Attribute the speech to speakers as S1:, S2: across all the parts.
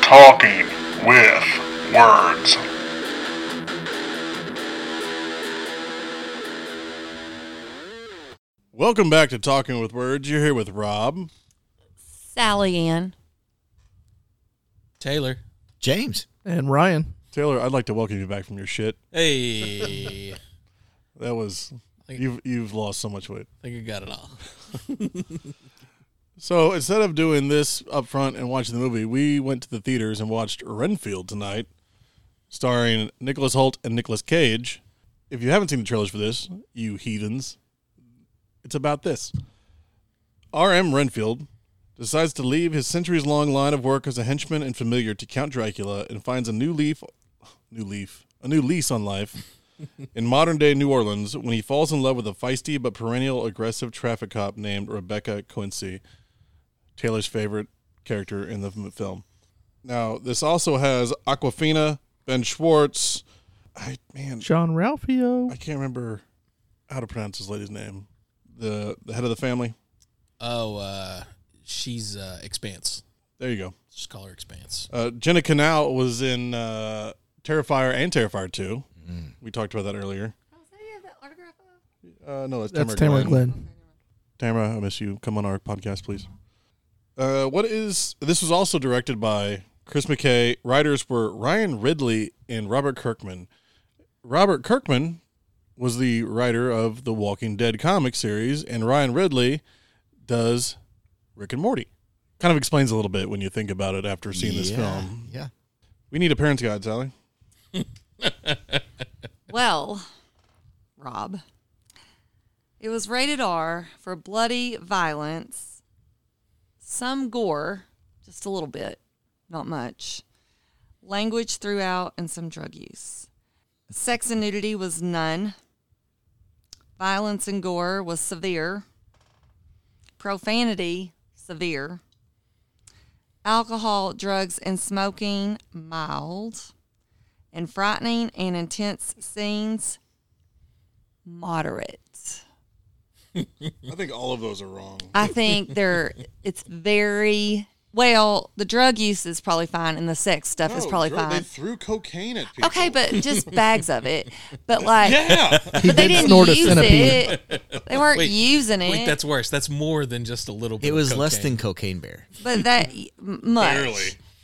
S1: Talking with words.
S2: Welcome back to Talking with Words. You're here with Rob.
S3: Sally Ann.
S4: Taylor.
S5: James.
S6: And Ryan.
S2: Taylor, I'd like to welcome you back from your shit.
S4: Hey, I
S2: That was
S4: Thank-
S2: you've you've lost so much weight.
S4: think I got it all.
S2: So instead of doing this up front and watching the movie, we went to the theaters and watched Renfield tonight, starring Nicholas Holt and Nicolas Cage. If you haven't seen the trailers for this, you heathens, it's about this. R.M. Renfield decides to leave his centuries long line of work as a henchman and familiar to Count Dracula and finds a new leaf new leaf, a new lease on life in modern day New Orleans when he falls in love with a feisty but perennial aggressive traffic cop named Rebecca Quincy. Taylor's favorite character in the m- film. Now, this also has Aquafina, Ben Schwartz. I man,
S6: John Ralphio.
S2: I can't remember how to pronounce this lady's name. The the head of the family.
S4: Oh, uh, she's uh, Expanse.
S2: There you go.
S4: Just call her Expanse.
S2: Uh, Jenna Canal was in uh, Terrifier and Terrifier Two. We talked about that earlier. Uh, no, that's,
S6: That's
S2: Tamara
S6: Tamara
S2: Glenn.
S6: Glenn.
S2: Tamara, I miss you. Come on our podcast, please. Uh, what is this? Was also directed by Chris McKay. Writers were Ryan Ridley and Robert Kirkman. Robert Kirkman was the writer of the Walking Dead comic series, and Ryan Ridley does Rick and Morty. Kind of explains a little bit when you think about it after seeing this
S5: Yeah,
S2: film.
S5: Yeah.
S2: We need a parents' guide, Sally.
S3: Well, Rob, it was rated R for bloody violence, some gore, just a little bit, not much, language throughout, and some drug use. Sex and nudity was none. Violence and gore was severe. Profanity, severe. Alcohol, drugs, and smoking, mild and frightening and intense scenes moderate.
S2: I think all of those are wrong.
S3: I think they're it's very well, the drug use is probably fine and the sex stuff is probably fine.
S2: threw cocaine at people.
S3: Okay, but just bags of it. But like
S2: yeah.
S6: He
S3: but they
S6: did
S3: didn't
S6: snort a
S3: use
S6: centipede.
S3: it. They weren't
S4: Wait,
S3: using
S2: Eh?
S3: it.
S4: Wait, that's worse. That's more than just a little bit.
S5: It
S4: of
S5: was less
S4: cocaine.
S5: than Cocaine Bear.
S3: but that m- much.
S2: Barely.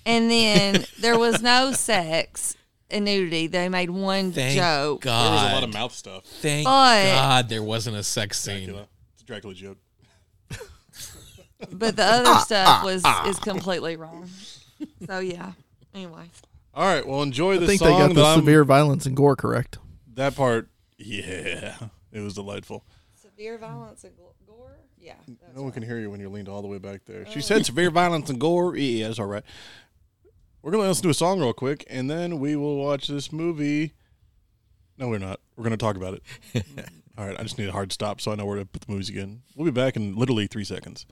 S3: And then there was no sex and nudity. They made one
S4: Thank
S3: joke.
S4: God.
S2: There was a lot of mouth stuff.
S4: Thank
S3: But-
S4: God there wasn't a sex scene.
S2: Dracula. It's a Dracula joke.
S3: But the other stuff was is completely wrong. So yeah. Anyway.
S2: All right. Well, enjoy
S6: I
S2: the
S6: think they
S2: song.
S6: got
S2: that
S6: the
S2: I'm-
S6: severe violence and gore correct.
S2: that part. Yeah, it was delightful.
S3: Severe violence and gore? Yeah.
S2: No one can hear you when you're leaned all the way back there. She said severe violence and gore. Yeah, that's all right. We're gonna listen to a song real quick, and then we will watch this movie. No, we're not. We're gonna talk about it. all right. I just need a hard stop so I know where to put the movies again. We'll be back in literally three seconds.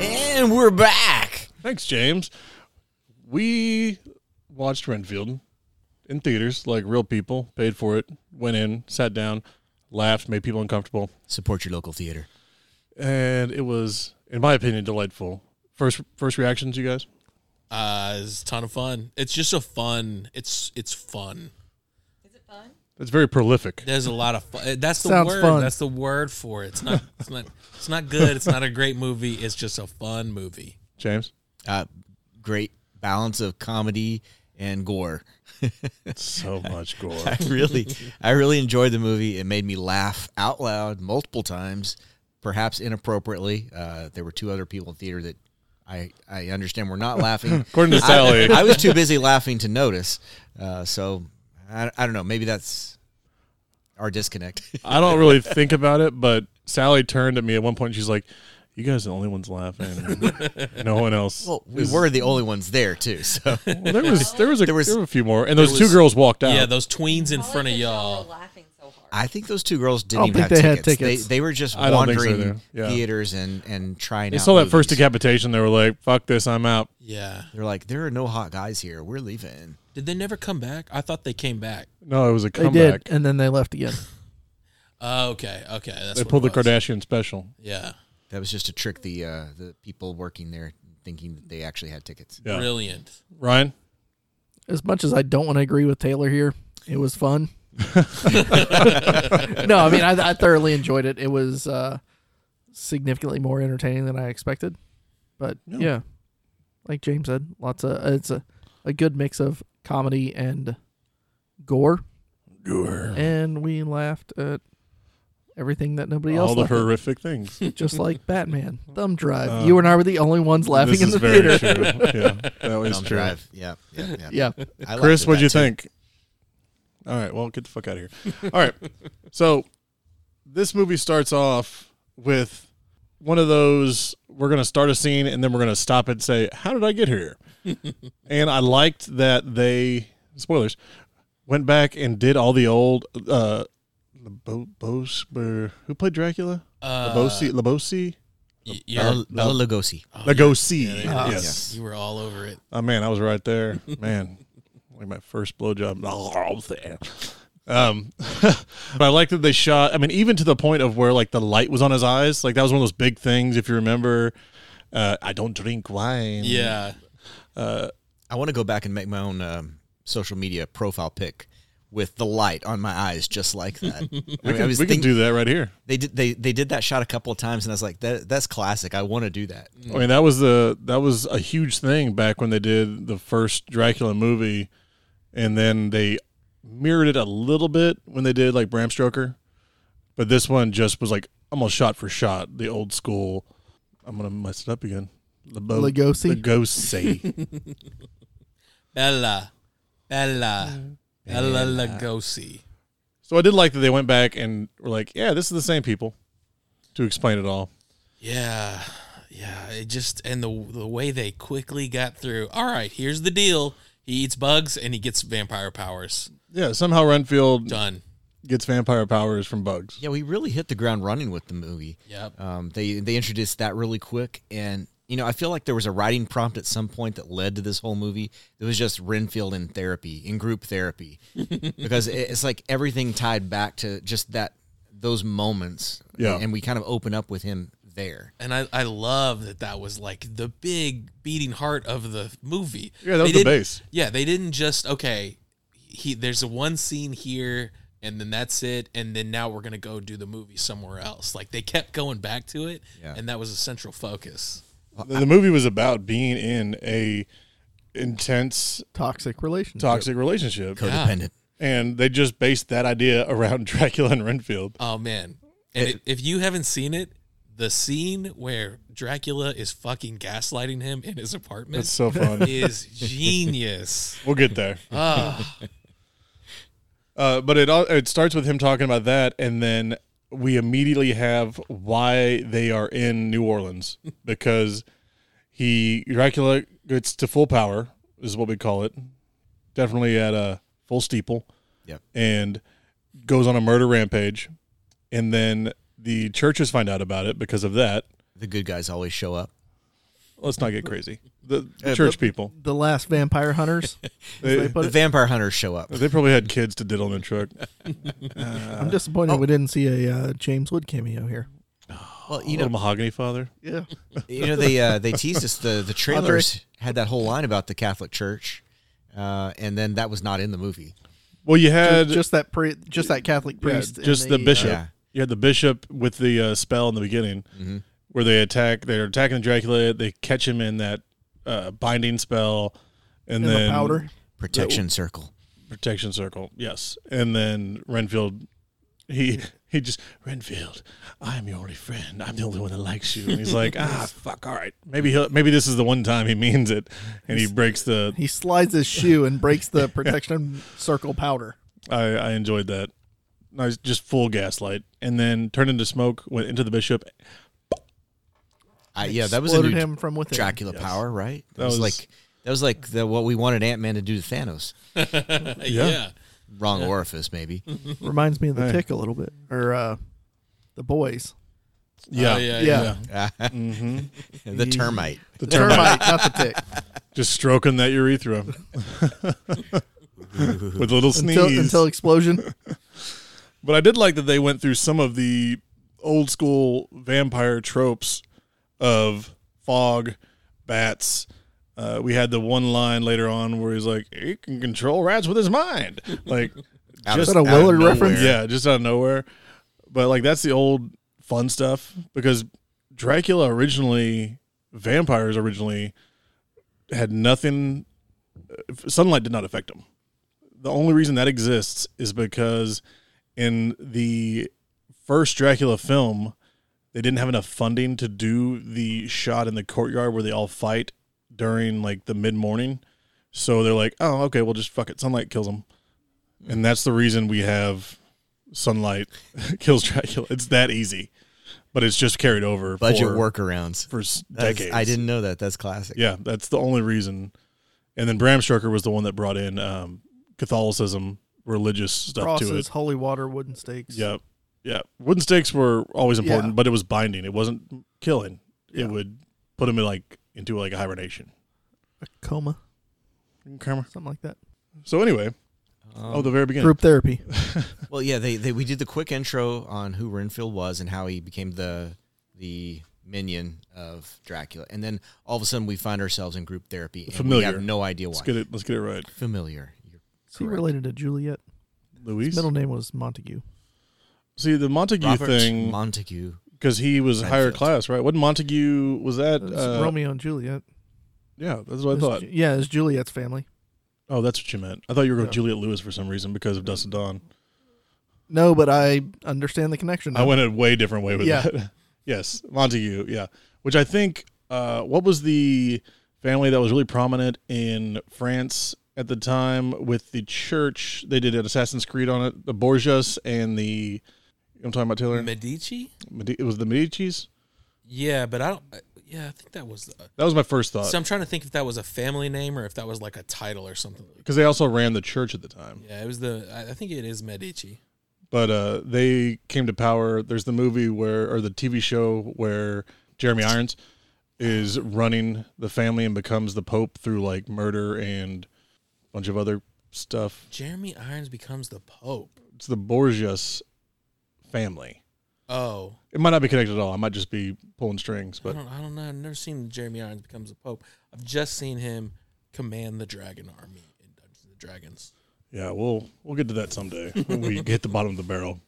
S5: And we're back.
S2: Thanks, James. We watched Renfield in theaters like real people, paid for it, went in, sat down, laughed, made people uncomfortable.
S5: Support your local theater.
S2: And it was, in my opinion, delightful. First first reactions, you guys?
S4: Uh, it's a ton of fun. It's just a fun. It's it's fun.
S2: That's very prolific.
S4: There's a lot of fun. That's the
S6: Sounds
S4: word.
S6: fun.
S4: That's the word for it. It's not. It's not. It's not good. It's not a great movie. It's just a fun movie.
S2: James?
S5: Uh, great balance of comedy and gore.
S2: So much gore.
S5: I really, I really enjoyed the movie. It made me laugh out loud multiple times, perhaps inappropriately. Uh, there were two other people in theater that I, I understand were not laughing.
S2: According to Sally.
S5: I, I was too busy laughing to notice. Uh, so I, I don't know. Maybe that's our disconnect.
S2: I don't really think about it, but Sally turned at me at one point. She's like, You guys are the only ones laughing. no one else.
S5: well, we
S2: is-
S5: were the only ones there too. So
S2: Well, there was there was, a, there
S5: There
S2: was
S5: was-
S2: a few more, and those
S4: there
S2: two
S4: was-
S2: girls walked out.
S4: Yeah, those tweens in front of y'all.
S3: laughing so hard.
S5: I think those two girls didn't
S6: I don't
S5: even
S6: think
S5: have
S6: they had
S5: tickets.
S6: tickets.
S5: They, they were just
S2: I don't think so,
S5: wandering
S2: though. Yeah.
S5: theaters and and trying.
S2: They
S5: out
S2: saw that first
S5: movies.
S2: decapitation. They were like, "Fuck this, I'm out."
S4: Yeah.
S5: They're like, there are no hot guys here. We're leaving.
S4: Did they never come back? I thought they came back.
S2: No, it was a
S6: They
S2: comeback.
S6: did, and then they left again.
S4: Oh, okay. Okay. That's
S2: they
S4: what
S2: pulled the
S4: it was.
S2: Kardashian special.
S4: Yeah.
S5: That was just to trick the uh, the people working there, thinking that they actually had tickets.
S2: Yeah.
S4: Brilliant.
S2: Ryan,
S6: As much as I don't want to agree with Taylor here, it was fun. no, I mean I, I thoroughly enjoyed it. It was uh, significantly more entertaining than I expected, but
S2: Yeah.
S6: yeah, like James said, lots of it's a, a good mix of comedy and gore,
S2: Uh-huh.
S6: gore, and we laughed at everything that nobody
S2: all
S6: else
S2: the
S6: laughed at.
S2: horrific things.
S6: just like Batman. Thumb drive.
S2: Uh,
S6: you and I were the only ones laughing
S2: this
S6: in
S2: is
S6: the
S2: very
S6: theater.
S2: true. Yeah, that was
S5: Thumb
S2: true.
S5: drive. Yeah, yeah, yeah.
S6: Yeah.
S5: I
S2: Chris,
S5: laughed at
S2: what'd
S5: that
S2: you
S5: too.
S2: think? All right, well, get the fuck out of here. All right, so this movie starts off with one of those we're going to start a scene and then we're going to stop it and say, How did I get here? and I liked that they, spoilers, went back and did all the old, uh, Lebo- Bose- Ber- who played Dracula?
S4: Uh,
S2: Labosi? Labosi? Oh,
S4: y- yeah.
S5: Bela, Bela Lugosi.
S2: Lugosi.
S4: oh, Yeah,
S2: yes.
S4: You were all over it.
S2: Oh man, I was right there. Man, like my first blowjob. Um, but I like that they shot. I mean, even to the point of where like the light was on his eyes. Like that was one of those big things, if you remember. Uh, I don't drink wine.
S4: Yeah.
S5: I want to go back and make my own um, social media profile pic with the light on my eyes, just like that. I,
S2: we
S5: mean, I
S2: can,
S5: was
S2: we can
S5: thinking
S2: do that right here.
S5: they did they they did that shot a couple of times, and I was like, that that's classic. I want to do that.
S2: I mean, that was the that was a huge thing back when they did the first Dracula movie, and then they mirrored it a little bit when they did like Bram Stoker, but this one just was like almost shot for shot, the old school. I'm gonna mess it up again. Lebo-
S6: Lugosi?
S2: Lugosi.
S4: Bella.
S2: Mm-hmm.
S4: Bella. Bella Lugosi.
S2: so I did like that they went back and were like, yeah, this is the same people to explain it all.
S4: Yeah. Yeah. It just and the the way they quickly got through. All right, here's the deal. He eats bugs and he gets vampire powers.
S2: Yeah, somehow Renfield
S4: Done.
S2: gets vampire powers from bugs.
S5: Yeah, we really hit the ground running with the movie.
S4: Yep.
S5: Um, they they introduced that really quick, and you know I feel like there was a writing prompt at some point that led to this whole movie. It was just Renfield in therapy, in group therapy, because it, it's like everything tied back to just that those moments.
S2: Yeah.
S5: and we kind of open up with him there.
S4: And I, I love that that was like the big beating heart of the movie.
S2: Yeah, that was
S4: They
S2: the
S4: didn't-
S2: base.
S4: Yeah, they didn't just okay. He there's a one scene here, and then that's it, and then now we're gonna go do the movie somewhere else. Like they kept going back to it,
S5: Yeah.
S4: and that was a central focus.
S2: The, the movie was about being in a intense
S6: Toxic relationship.
S2: toxic relationship.
S5: Codependent.
S2: and they just based that idea around Dracula and Renfield.
S4: Oh man! And i- if you haven't seen it, the scene where Dracula is fucking gaslighting him in his apartment
S2: That's so fun.
S4: is genius.
S2: we'll get there.
S4: Ah,
S2: Uh, but it all, it starts with him talking about that, and then we immediately have why they are in New Orleans because he Dracula gets to full power is what we call it, definitely at a full steeple.
S5: Yep.
S2: and goes on a murder rampage, and then the churches find out about it because of that.
S5: The good guys always show up.
S2: Let's not get crazy. The
S5: but-
S2: church people.
S6: The last vampire hunters.
S2: Uh,
S6: as they
S5: The
S6: put it.
S5: vampire hunters show up.
S2: They probably had kids to diddle in the truck.
S6: I'm
S2: oh.
S6: disappointed we didn't see a uh, James Wood cameo here.
S5: Well, you
S2: Little
S5: know,
S2: mahogany father.
S6: Yeah.
S5: you know they uh, they teased us. The the trailers had that whole line about the Catholic Church, uh, and then that was not in the movie.
S2: Well, you had
S6: Just, that pri- just that Catholic
S2: yeah,
S6: priest. and
S2: just the,
S6: uh, Mm-hmm.
S2: bishop.
S5: Yeah.
S2: You had the bishop with the uh, spell in the beginning, where they attack. They're attacking Dracula. They catch him in that uh, binding spell, and,
S6: and
S2: then
S6: the powder.
S5: Protection circle.
S2: protection circle. Yes, and then Renfield. He he just Renfield. I'm your only friend. I'm the only one that likes you. And he's like, ah, fuck. All right, maybe he'll, maybe this is the one time he means it, and he breaks the
S6: He slides his shoe and breaks the protection circle powder.
S2: I, I enjoyed that. I was just full gaslight, and then turned into smoke, went into the bishop.
S5: I, yeah, that was a
S6: Exploded
S5: new
S6: him from within.
S5: Dracula power, right? That,
S2: That
S5: was,
S2: was-
S5: like that was like the, what we wanted Ant Man to do to Thanos.
S4: yeah.
S5: Wrong orifice, maybe.
S6: Reminds me of the
S2: Hey.
S6: tick a little bit, or uh, the boys.
S2: Yeah.
S4: Oh, yeah,
S6: yeah.
S2: yeah.
S5: the
S2: hmm
S5: termite.
S2: The termite.
S6: Termite, not the tick.
S2: Just stroking that urethra with a little sneeze.
S6: Until, until explosion.
S2: But I did like that they went through some of the old school vampire tropes of fog, bats. Uh, we had the one line later on where he's like, "He can control rats with his mind." Like,
S5: Out
S2: Just
S5: of-
S6: a
S5: out of
S6: Willard
S5: nowhere.
S6: reference?
S2: yeah, just out of nowhere. But like, that's the old fun stuff because Dracula originally, vampires originally, had nothing. uh, Sunlight did not affect them. The only reason that exists is because in the first Dracula film, they didn't have enough funding to do the shot in the courtyard where they all fight during like the mid morning. So they're like, oh, okay, well, just fuck it. Sunlight kills them. And that's the reason we have sunlight kills Dracula. It's that easy, but it's just carried over
S5: Budget
S2: for,
S5: workarounds.
S2: for s-
S5: That's-
S2: decades.
S5: I didn't know that. That's classic.
S2: Yeah, that's the only reason. And then Bram Stoker was the one that brought in um, Catholicism, religious stuff to it.
S6: Crosses, holy water, wooden stakes.
S2: Yeah. Yeah. Wooden stakes were always important,
S6: Yeah.
S2: but it was binding. It wasn't killing.
S6: Yeah.
S2: It would put him in like into like a hibernation.
S6: A coma, Mm,
S2: Kramer.
S6: something like that.
S2: So anyway,
S5: Um,
S2: oh, the very beginning.
S6: Group therapy.
S5: Well, yeah, they, they we did the quick intro on who Renfield was and how he became the the minion of Dracula, and then all of a sudden we find ourselves in group therapy. And
S2: Familiar.
S5: We have no idea why.
S2: Let's get it. Let's get it right,
S5: Familiar. You're
S6: Is he
S5: correct.
S6: related to Juliet?
S2: Luis.
S6: His middle name was Montague.
S2: See the Montague
S5: Robert
S2: thing
S5: Montague.
S2: because he was higher
S5: Renfield.
S2: class, right? What Montague was that?
S6: It was
S2: Uh,
S6: Romeo and Juliet.
S2: yeah, that's what I
S6: It was
S2: thought.
S6: Ju- yeah, it's Juliet's family.
S2: Oh, that's what you meant. I thought you were going
S6: No.
S2: Juliet Lewis for some reason because
S6: Mm-hmm.
S2: of Dust of Dawn.
S6: No, but I understand the connection.
S2: I went a way different way with
S6: Yeah.
S2: that. yes, Montague. Yeah, which I think. Uh, what was the family that was really prominent in France at the time with the church? They did an Assassin's Creed on it. The Borgias and the. I'm talking about Taylor.
S4: Medici?
S2: Medi- it was the Medici's.
S4: Yeah, but I don't. I- Yeah, I think that was. The,
S2: That was my first thought
S4: so I'm trying to think if that was a family name or if that was like a title or something.
S2: because they also ran the church at the time.
S4: Yeah, it was the. I I think it is Medici.
S2: But uh, they came to power. There's the movie where, or the TV show where Jeremy Irons is running the family and becomes the Pope through like murder and a bunch of other stuff.
S4: Jeremy Irons becomes the Pope.
S2: It's the Borgias family.
S4: Oh,
S2: It might not be connected at all. I might just be pulling strings,
S4: I
S2: but
S4: don't. I don't know. I've never seen Jeremy Irons becomes the Pope. I've just seen him command the Dragon Army in Dungeons and Dragons.
S2: yeah, we'll we'll get to that someday when we hit the bottom of the barrel.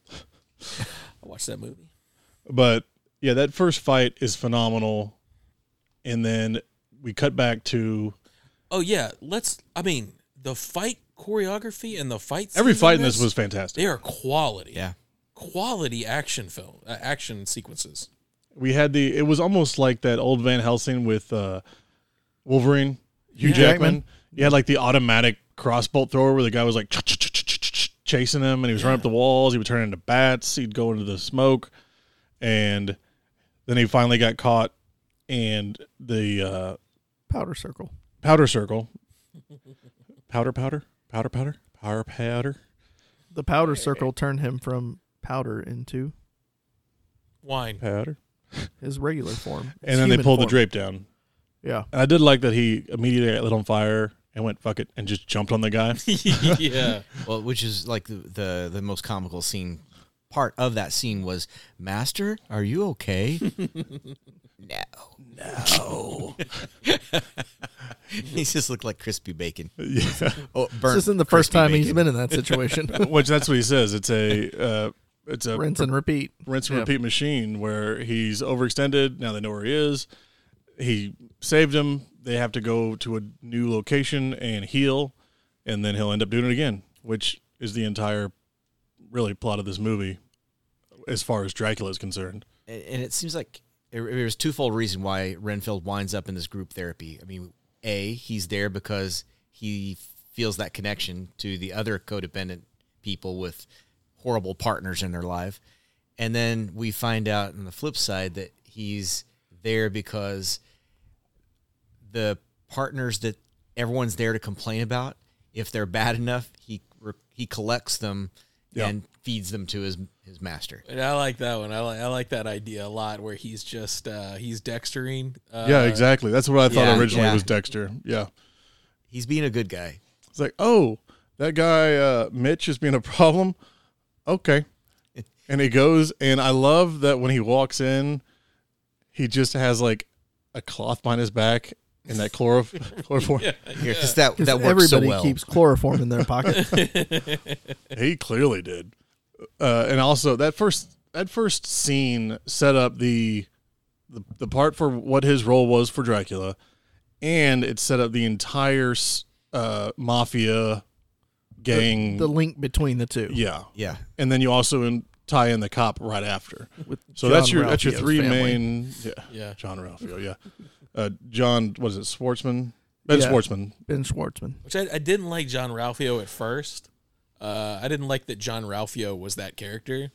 S4: I watched that movie.
S2: But yeah, that first fight is phenomenal, and then we cut back to
S4: Oh yeah, let's. I mean, the fight choreography and the fight.
S2: every
S4: scenes
S2: fight in this was fantastic.
S4: They are quality.
S5: Yeah.
S4: quality action film uh, action sequences.
S2: We had the it was almost like that old Van Helsing with uh Wolverine, Hugh
S6: Yeah.
S2: Jackman.
S6: Jackman.
S2: You had like the automatic crossbolt thrower where the guy was like ch- ch- ch- ch- ch- ch- chasing him and he was running up the walls, he would turn into bats, he'd go into the smoke and then he finally got caught and the uh
S6: Powder circle.
S2: powder circle powder powder powder powder powder powder
S6: The powder circle turned him from powder into
S4: Wine.
S2: powder
S6: his regular form. his
S2: and then they
S6: human
S2: pulled the
S6: form.
S2: drape down
S6: Yeah.
S2: and i did like that he immediately got lit on fire and went fuck it and just jumped on the guy
S4: yeah.
S5: Well, which is like the, the the most comical scene. Part of that scene was, Master, are you okay? no,
S2: Oh.
S5: no. He's just looked like crispy bacon.
S2: Yeah,
S5: Oh,
S6: This
S5: burnt
S6: isn't the first
S5: crispy
S6: time he's
S5: bacon.
S6: been in that situation.
S2: which that's what he says. It's a uh, it's a
S6: Rinse and repeat.
S2: rinse and
S6: yeah.
S2: repeat machine where he's overextended. Now they know where he is. He saved him. They have to go to a new location and heal, and then he'll end up doing it again, which is the entire really plot of this movie, as far as Dracula is concerned.
S5: and and it seems like it- it- there's twofold reason why Renfield winds up in this group therapy. I mean, a he's there because he feels that connection to the other codependent people with horrible partners in their life, and then we find out on the flip side that he's there because the partners that everyone's there to complain about If they're bad enough, he re- he collects them
S2: Yeah.
S5: and feeds them to his his master.
S4: And I like that one. I like I like that idea a lot where he's just uh he's dextering. Uh,
S2: yeah, exactly. That's what I thought
S5: yeah,
S2: originally
S5: yeah.
S2: was Dexter. Yeah.
S5: He's being a good guy.
S2: It's like, oh, that guy uh, Mitch is being a problem. Okay, and he goes, and I love that when he walks in, he just has like a cloth behind his back and that chlorof- chloroform.
S5: Here, because that that works so
S6: everybody
S5: well.
S6: keeps chloroform in their pocket.
S2: He clearly did. Uh, and also that first that first scene set up the, the the part for what his role was for Dracula, and it set up the entire s- uh, mafia gang.
S6: the link between the two.
S2: yeah,
S5: yeah,
S2: and then you also in, tie in the cop right after.
S6: With
S2: So
S6: John
S2: that's your that's your
S6: Ralphio's
S2: three
S6: family.
S2: main. Yeah,
S4: Yeah.
S2: John Ralphio. Yeah, uh, John. What is it? Schwartzman. Ben
S6: Yeah.
S2: Schwartzman.
S6: Ben Schwartzman.
S4: Which I, I didn't like John Ralphio at first. Uh I didn't like that John Ralphio was that character.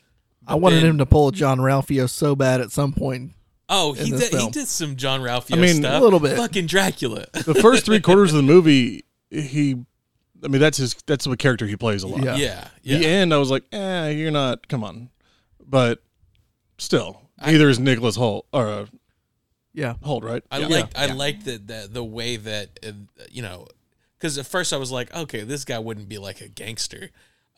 S6: I wanted
S4: then-
S6: him to pull John Ralphio so bad at some point.
S4: Oh, he
S6: In this
S4: did, he
S6: film.
S4: did some John Ralphio
S2: I mean, a
S4: stuff.
S6: little bit.
S4: Fucking Dracula.
S2: The first three quarters of the movie, he. I mean, that's his. That's what character he plays a lot.
S6: Yeah.
S4: yeah.
S2: The
S4: Yeah.
S2: end, I was like, eh, you're not. Come on, but still, neither is Nicholas Holt or uh,
S6: Yeah.
S2: Holt, right?
S4: I
S2: Yeah.
S4: liked I liked the, the the way that uh, you know because at first I was like, okay, this guy wouldn't be like a gangster.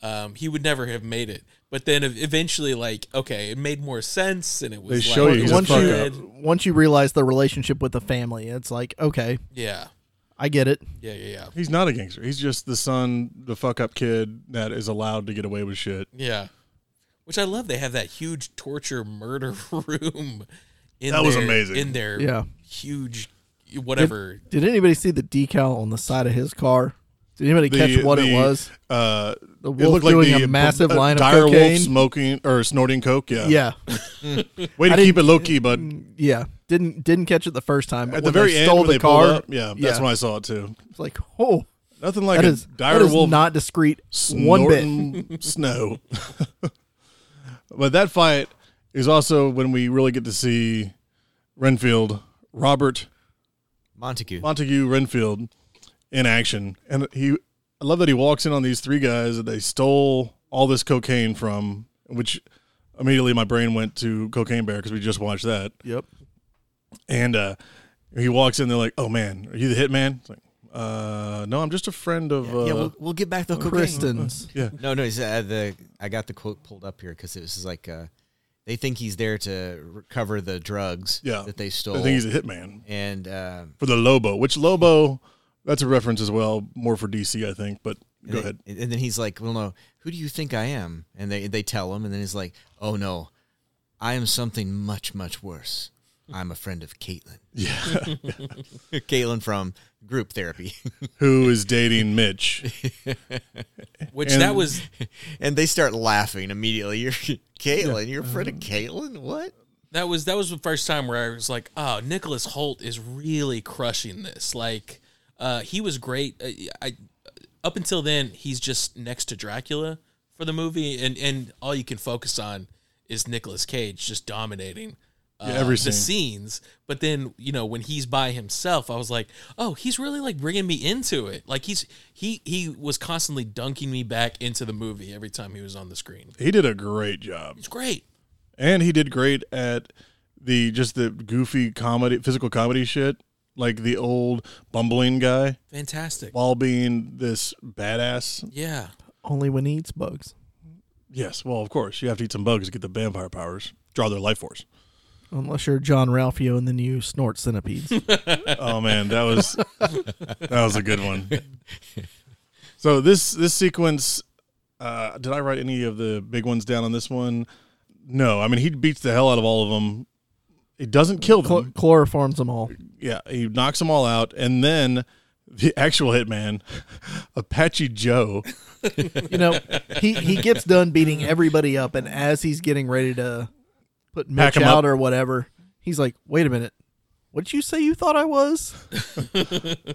S4: Um, he would never have made it. But then ev- eventually, like, okay, it made more sense, and it was
S2: They
S4: like,
S2: show you Oh, he's a
S6: once
S2: fuck
S6: you
S2: up.
S6: once you realize the relationship with the family, it's like okay,
S4: yeah,
S6: I get it.
S4: yeah, yeah, yeah,
S2: He's not a gangster. He's just the son, the fuck up kid that is allowed to get away with shit.
S4: yeah. Which I love. They have that huge torture murder room. In
S2: That was
S4: their-
S2: amazing.
S4: In their
S6: Yeah.
S4: huge whatever.
S6: Did anybody see the decal on the side of his car? Did anybody catch what it
S2: the,
S6: was?
S2: Uh,
S6: The
S2: it
S6: wolf
S2: looked like
S6: doing
S2: the
S6: a massive
S2: uh,
S6: line of
S2: dire
S6: cocaine.
S2: wolf smoking or snorting coke. Yeah,
S6: yeah,
S2: Way to keep it
S6: I didn't-
S2: low key, but
S6: yeah. Didn't didn't catch it the first time. But
S2: at the
S6: when they
S2: very end,
S6: stole
S2: when
S6: the
S2: they pulled
S6: car.
S2: up, yeah, that's when I saw it too.
S6: it's like oh,
S2: Nothing like
S6: that
S2: a
S6: is
S2: dire
S6: that is
S2: wolf
S6: not discreet one bit.
S2: snorting snow. but that fight is also when we really get to see Renfield, Robert
S5: Montague.
S2: Montague Renfield, in action, and he. I love that he walks in on these three guys that they stole all this cocaine from, which immediately my brain went to Cocaine Bear because we just watched that.
S6: Yep.
S2: And uh, he walks in. They're like, "Oh man, are you the hitman?" It's like, uh, "No, I'm just a friend of." Uh,
S5: yeah, we'll, we'll get back the cocaine.
S6: Kristen's.
S5: No, no, he's, uh, the I got the quote pulled up here because it was just like uh, they think he's there to recover the drugs
S2: yeah,
S5: that they stole,
S2: I think he's a hitman
S5: and uh,
S2: for the Lobo. Which Lobo? That's a reference as well, more for DC, I think. But
S5: and
S2: go
S5: then-
S2: ahead.
S5: And then he's like, "Well, no, who do you think I am?" And they they tell him, and then he's like, "Oh no, I am something much much worse. I'm a friend of Caitlin.
S2: Yeah,
S5: Caitlin from group therapy."
S2: who is dating Mitch?
S4: Which
S2: and-
S4: that was
S5: and they start laughing immediately. You're Caitlin. You're a friend
S2: Uh-huh.
S5: of Caitlin. What?
S4: That was that was the first time where I was like, "Oh, Nicholas Holt is really crushing this." Like, uh, he was great. I, I up until then, he's just next to Dracula for the movie, and and all you can focus on is Nicolas Cage just dominating uh,
S2: Yeah, every
S4: the
S2: scene.
S4: scenes. But then you know when he's by himself, I was like, "Oh, he's really like bringing me into it." Like he's he he was constantly dunking me back into the movie every time he was on the screen.
S2: He did a great job.
S4: It's great.
S2: and he did great at the just the goofy comedy physical comedy shit like the old bumbling guy
S4: Fantastic.
S2: while being this badass
S4: Yeah.
S6: Only when he eats bugs.
S2: yes well of course you have to eat some bugs to get the vampire powers draw their life force
S6: Unless you're John Ralphio and then you snort centipedes.
S2: oh man that was that was a good one so this this sequence uh did i write any of the big ones down on this one no i mean he beats the hell out of all of them he doesn't kill them
S6: Chlor- chloroforms them all.
S2: Yeah, he knocks them all out, and then the actual hitman, Apache Joe,
S6: You know, he, he gets done beating everybody up, and as he's getting ready to put
S2: Pack
S6: Mitch
S2: 'em
S6: out
S2: up.
S6: or whatever, he's like, "Wait a minute, what did you say you thought I was?"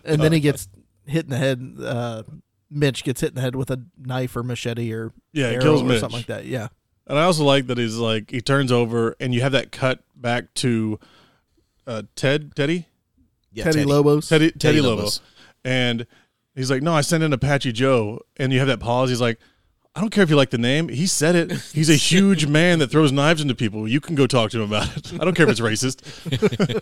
S6: and
S2: Uh.
S6: then he gets hit in the head. Uh, Mitch gets hit in the head with a knife or machete or
S2: Yeah, he
S6: arrow
S2: kills
S6: or
S2: Mitch.
S6: something like that. Yeah,
S2: and I also like that he's like he turns over, and you have that cut back to uh, Ted, Teddy,
S5: Yeah,
S6: Teddy, Lobos.
S2: Teddy, Teddy, Lobo,
S5: Lobos.
S2: and He's like, no, I sent in Apache Joe, and you have that pause. He's like, I don't care if you like the name. He said it. He's a huge man that throws knives into people. You can go talk to him about it. I don't care if it's racist.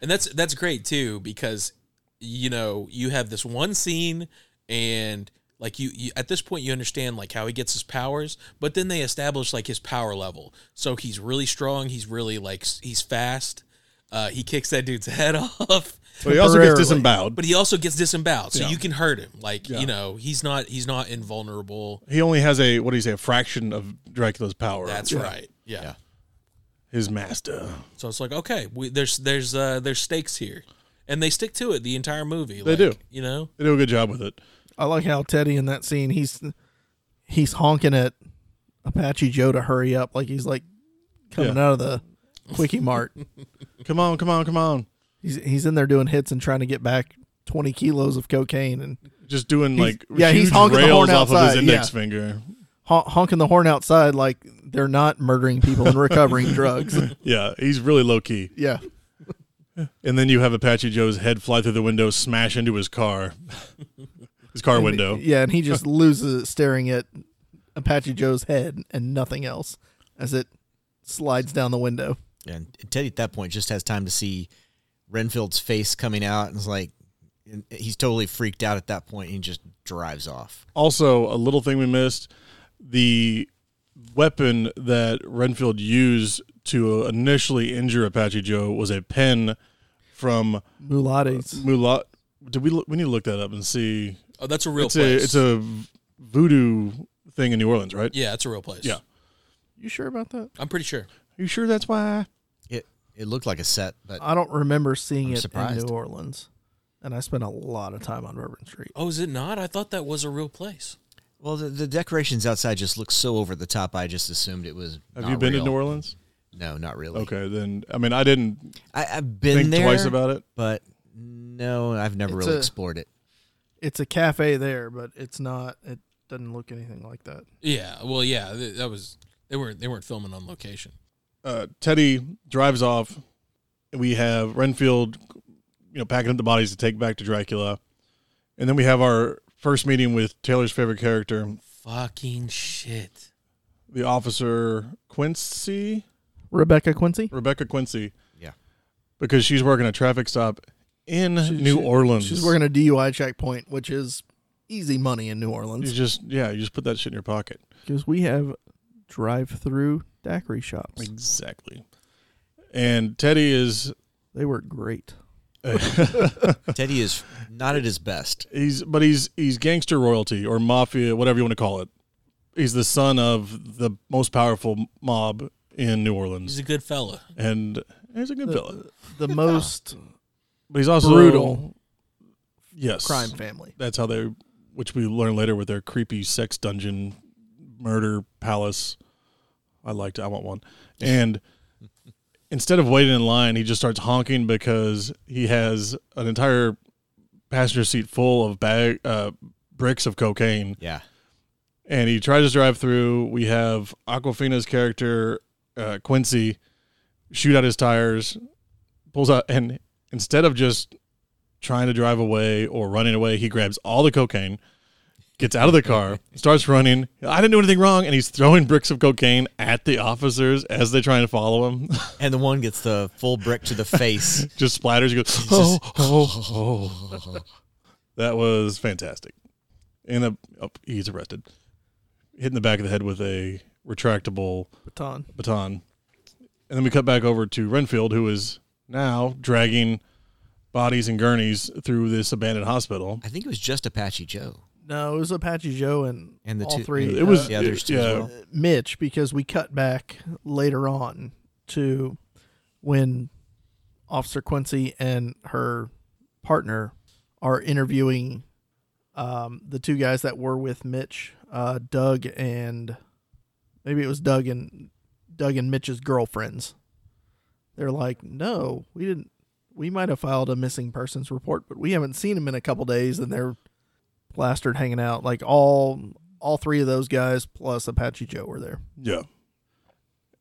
S4: And that's that's great too because you know you have this one scene and like you, you at this point you understand like how he gets his powers, but then they establish like his power level. So he's really strong. He's really like s- he's fast. Uh, he kicks that dude's head off.
S2: But he also gets
S6: Temporarily.
S2: disemboweled.
S4: But he also gets disemboweled, so
S2: Yeah.
S4: you can hurt him. Like
S2: Yeah.
S4: you know, he's not he's not invulnerable.
S2: He only has a what do you say? A fraction of Dracula's power.
S4: That's right. Yeah.
S5: Yeah.
S2: His master.
S4: So it's like okay, we, there's there's uh, there's stakes here, and they stick to it the entire movie.
S2: They
S4: like,
S2: do.
S4: You know,
S2: They do a good job with it.
S6: I like how Teddy in that scene he's he's honking at Apache Joe to hurry up, like he's like coming
S2: Yeah.
S6: out of the quickie mart.
S2: Come on, come on, come on.
S6: he's he's in there doing hits and trying to get back twenty kilos of cocaine and
S2: Just doing
S6: He's-
S2: like
S6: yeah, he's
S2: huge
S6: honking the
S2: rails
S6: horn
S2: off of his
S6: outside,
S2: index
S6: yeah.
S2: finger.
S6: hon- honking the horn outside like they're not murdering people and recovering drugs.
S2: Yeah, he's really low key.
S6: Yeah,
S2: And then you have Apache Joe's head fly through the window, smash into his car, his car window.
S6: yeah, and he just loses it staring at Apache Joe's head and nothing else as it slides down the window.
S5: And Teddy at that point just has time to see Renfield's face coming out and is like, and he's totally freaked out at that point and he just drives off.
S2: Also, a little thing we missed the weapon that Renfield used to initially injure Apache Joe was a pen from
S6: Mulates.
S2: Mulat. Did we look, we need to look that up and see?
S4: oh, that's a real
S2: It's a
S4: place.
S2: it's a voodoo thing in New Orleans, right?
S4: yeah, it's a real place.
S2: Yeah.
S6: You sure about that?
S4: I'm pretty sure.
S2: Are you sure that's why?
S5: It it looked like a set, but
S2: Uh,
S6: I don't remember seeing
S5: I'm
S6: it in
S5: surprised.
S6: New Orleans, and I spent a lot of time on Bourbon Street.
S4: Oh, is it not? I thought that was a real place.
S5: well, the, the decorations outside just look so over the top. I just assumed it was.
S2: Have
S5: not
S2: you been
S5: real.
S2: to New Orleans?
S5: No, not really.
S2: Okay, then I mean I didn't
S5: I, I've been
S2: think
S5: there
S2: twice about it.
S5: but no, I've never
S6: It's
S5: really
S6: a-
S5: explored it.
S6: It's a cafe there, but it's not. It doesn't look anything like that.
S4: Yeah. Well, yeah. th- That was they weren't they weren't filming on location.
S2: uh, Teddy drives off. We have Renfield, you know, packing up the bodies to take back to Dracula, and then we have our first meeting with Taylor's favorite character,
S4: Fucking shit.
S2: the officer Quincy,
S6: Rebecca Quincy.
S2: Rebecca Quincy.
S5: Yeah.
S2: because she's working a traffic stop in
S6: She-
S2: New
S6: she-
S2: Orleans.
S6: She's working a DUI checkpoint, which is easy money in New
S2: You
S6: Orleans
S2: just yeah, you just put that shit in your pocket.
S6: because we have drive-through daiquiri shops.
S2: Exactly. And Teddy is
S6: They were great.
S5: Teddy is not at his best.
S2: He's but he's he's gangster royalty or mafia, whatever you want to call it. He's the son of the most powerful mob in New
S4: He's
S2: Orleans,
S4: a good fella.
S2: and he's a good fella.
S6: The most
S2: But he's also
S6: brutal
S2: Yes,
S6: crime family.
S2: That's how they, which we learn later with their creepy sex dungeon, murder palace. I liked. it. I want one. And instead of waiting in line, he just starts honking because he has an entire passenger seat full of bag uh, bricks of cocaine.
S5: Yeah.
S2: and he tries to drive through. We have Aquafina's character uh, Quincy shoot out his tires, pulls out, and instead of just trying to drive away or running away, he grabs all the cocaine, gets out of the car, starts running. I didn't do anything wrong, and he's throwing bricks of cocaine at the officers as they try to follow him.
S5: And the one gets the full brick to the face.
S2: just splatters. He goes, oh, oh, oh. That was fantastic. And uh, oh, he's arrested. Hit in the back of the head with a retractable
S6: Baton.
S2: baton. And then we cut back over to Renfield, who is now dragging bodies and gurneys through this abandoned hospital.
S5: I think it was just Apache Joe.
S6: No, it was Apache Joe and,
S5: And the
S6: all
S5: two-
S6: three.
S2: It was
S6: uh,
S5: Yeah, there's two as
S2: yeah.
S5: well.
S6: Mitch because we cut back later on to when Officer Quincy and her partner are interviewing um, the two guys that were with Mitch, uh, Doug and maybe it was Doug and Doug and Mitch's girlfriends. They're like, no, we didn't. We might have filed a missing persons report, but we haven't seen him in a couple days, and they're plastered hanging out. Like all all three of those guys plus Apache Joe were there.
S2: Yeah.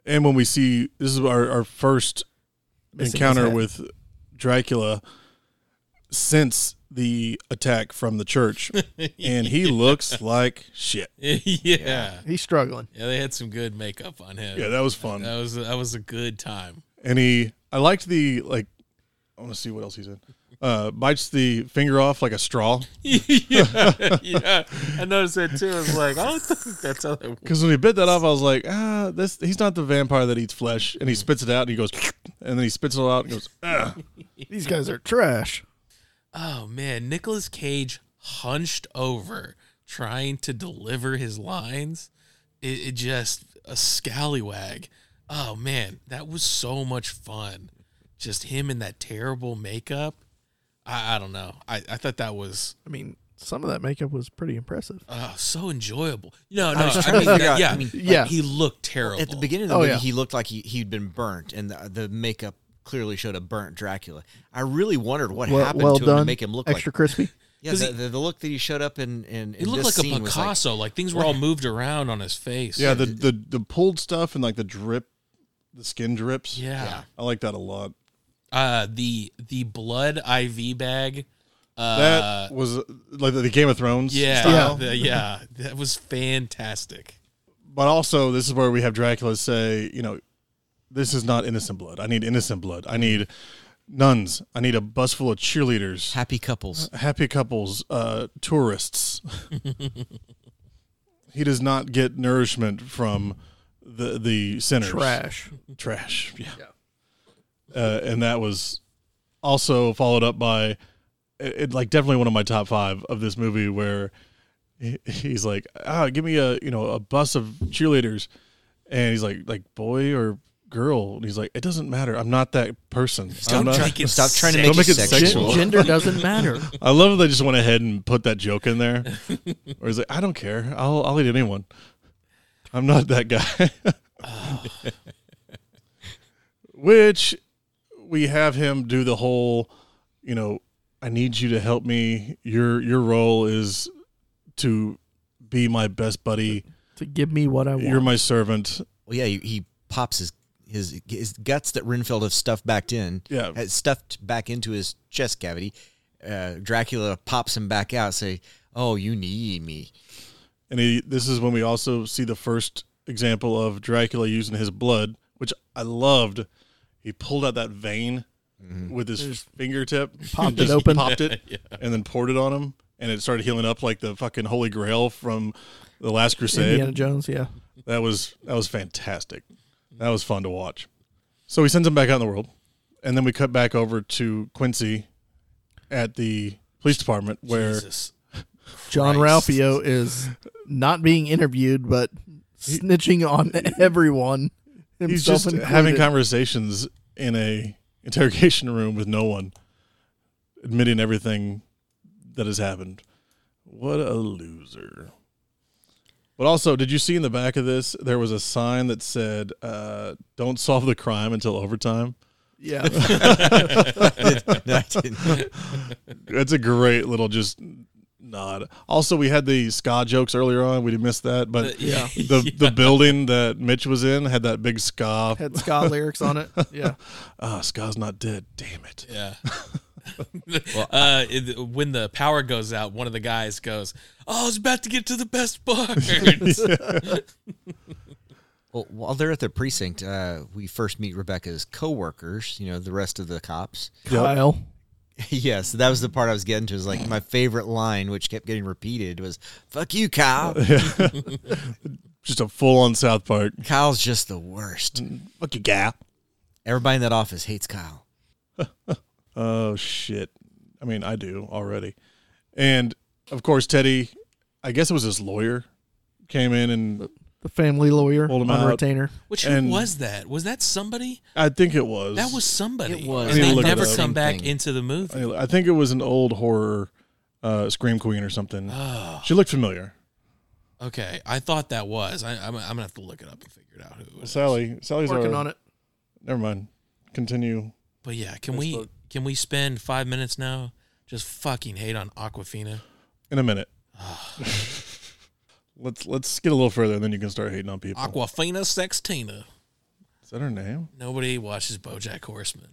S2: And when we see this is our, our first
S6: Missing his
S2: encounter
S6: head.
S2: with Dracula since the attack from the church, and he looks like shit.
S4: yeah. yeah.
S6: He's struggling.
S4: they had some good makeup on him.
S2: Yeah, that was fun.
S4: that was that was a good time.
S2: and he I liked the like I want to see what else he's in. Uh bites the finger off like a straw
S4: yeah, yeah. I noticed that too. I was like, I don't think that's how that works.
S2: cuz when he bit that off I was like, ah, this he's not the vampire that eats flesh and he spits it out and he goes and then he spits it all out and goes ah.
S6: These guys are trash.
S4: Oh man, Nicolas Cage hunched over trying to deliver his lines. It, it just a scallywag. Oh man, that was so much fun. Just him in that terrible makeup. I, I don't know. I, I thought that was
S6: I mean, some of that makeup was pretty impressive.
S4: uh, so enjoyable. No, no,
S5: I was
S4: I
S5: trying to
S4: mean,
S5: figure out-
S4: yeah,
S5: I mean,
S4: like,
S6: yeah.
S4: He looked terrible
S5: At the beginning of the
S6: Oh,
S5: movie,
S6: yeah.
S5: he looked like he, he'd been burnt, and the, the makeup clearly showed a burnt Dracula. I really wondered what
S6: Well,
S5: happened
S6: well
S5: to
S6: done.
S5: him to make him look
S6: extra
S5: like
S6: crispy.
S5: yeah,
S4: 'Cause
S5: the,
S4: he-
S5: the, the look that he showed up in. in,
S4: He
S5: in
S4: looked
S5: this
S4: like a
S5: scene was
S4: Picasso. Like, things were all moved around on his face.
S2: Yeah, the, the the pulled stuff and like the drip the skin drips.
S4: yeah.
S2: I like that a lot.
S4: Uh, the the blood IV bag. Uh,
S2: That was uh, like the Game of Thrones
S4: yeah,
S2: style.
S4: the- yeah, that was fantastic.
S2: But also this is where we have Dracula say, you know, this is not innocent blood. I need innocent blood. I need nuns. I need a bus full of cheerleaders.
S5: happy couples.
S2: happy couples, uh, tourists. he does not get nourishment from the the sinners.
S6: Trash.
S2: Trash. Yeah. Uh, and that was also followed up by it, it, like definitely one of my top five of this movie where he- he's like, ah, give me a you know a bus of cheerleaders, and he's like like boy or girl, and he's like it doesn't matter. I'm not that person. I'm
S4: Don't
S2: not-
S4: make it
S5: Stop trying
S4: sexy.
S5: to make
S2: Don't
S5: it
S2: make it
S5: sexual.
S2: sexual.
S6: Gender doesn't matter.
S2: I love that they just went ahead and put that joke in there. or he's like, I don't care. I'll I'll eat anyone. I'm not that guy. Which we have him do the whole, you know, I need you to help me. Your your role is to be my best buddy.
S6: To give me what I want.
S2: You're my servant.
S5: Well, yeah, he, he pops his his his guts that Renfield have stuffed back in.
S2: Yeah.
S5: had stuffed back into his chest cavity. Uh, Dracula pops him back out. Say, "Oh, you need me."
S2: And he, this is when we also see the first example of Dracula using his blood, which I loved. He pulled out that vein with his fingertip,
S6: popped
S2: just
S6: it open.
S2: popped it, and then poured it on him, and it started healing up like the fucking Holy Grail from the Last Crusade.
S6: Indiana Jones, yeah.
S2: That was that was fantastic. That was fun to watch. So he sends him back out in the world, and then we cut back over to Quincy at the police department where.
S4: Jesus.
S6: John
S4: Christ.
S6: Ralphio is not being interviewed, but snitching on everyone. Himself
S2: he's just
S6: included.
S2: having conversations in a interrogation room with no one, admitting everything that has happened. What a loser! But also, did you see in the back of this there was a sign that said, uh, "Don't solve the crime until overtime."
S6: yeah.
S5: No, I didn't.
S2: That's a great little just nod. Also, we had the ska jokes earlier on. We did miss that, but
S6: Yeah.
S2: the the building that Mitch was in had that big ska.
S6: Had Scott lyrics on it. Yeah.
S2: Ah, ska's not dead. Damn it.
S4: Yeah. uh, it- when the power goes out, one of the guys goes, "Oh, I was about to get to the best part."
S5: Well, while they're at the precinct, uh, we first meet Rebecca's coworkers. You know, the rest of the cops.
S6: Kyle.
S5: yes, that was the part I was getting to. Is like my favorite line, which kept getting repeated, was "Fuck you, Kyle."
S2: just a full on South Park.
S5: Kyle's just the worst.
S2: Fuck you, guy.
S5: Everybody in that office hates Kyle.
S2: Oh shit. I mean, I do already. And of course, Teddy. I guess it was his lawyer came in, and
S6: The family lawyer
S2: Hold him
S6: on
S2: out.
S6: retainer.
S4: Which who
S2: And-
S4: was that? Was that somebody?
S2: I think it was.
S4: That was somebody.
S5: It was.
S4: And
S2: I
S4: they
S2: looked it
S4: never
S2: up.
S4: come back
S5: Thing.
S4: into the movie.
S2: I I think it was an old horror, uh, scream queen or something.
S4: Oh,
S2: She looked familiar.
S4: okay. I thought that was. I, I'm, I'm gonna have to look it up and figure it out who it was.
S2: Sally. Sally's
S6: Working
S2: our-
S6: on it.
S2: Never mind. Continue.
S4: But yeah, can we can we spend five minutes now just fucking hate on Aquafina?
S2: in a minute. let's let's get a little further, and then you can start hating on people.
S4: Aquafina Sextina.
S2: Is that her name?
S4: Nobody watches BoJack Horseman.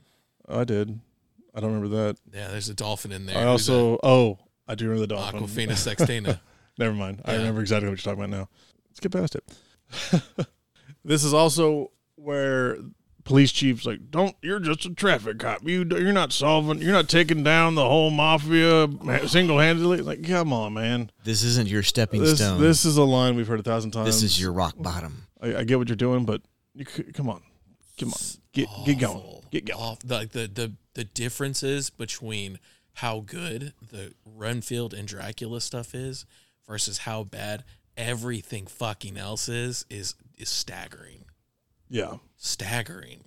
S2: Oh, I did. I don't remember that.
S4: Yeah, there's a dolphin in there.
S2: I
S4: Who's
S2: also oh I do remember the
S4: a
S2: dolphin.
S4: Aquafina Sextina.
S2: Never mind. I
S4: Yeah.
S2: remember exactly what you're talking about now. Let's get past it. this is also where police chief's like, "Don't. You're just a traffic cop. You you're not solving. You're not taking down the whole mafia single handedly." Like, come on, man.
S5: This isn't your stepping
S2: This
S5: stone.
S2: this is a line we've heard a thousand times.
S5: this is your rock bottom.
S2: I, I get what you're doing, but you, c- come on, come on, get get going,
S4: Awful.
S2: get going.
S4: Awful. The, the the the differences between how good the Renfield and Dracula stuff is versus how bad everything fucking else is is is staggering.
S2: Yeah,
S4: Staggering.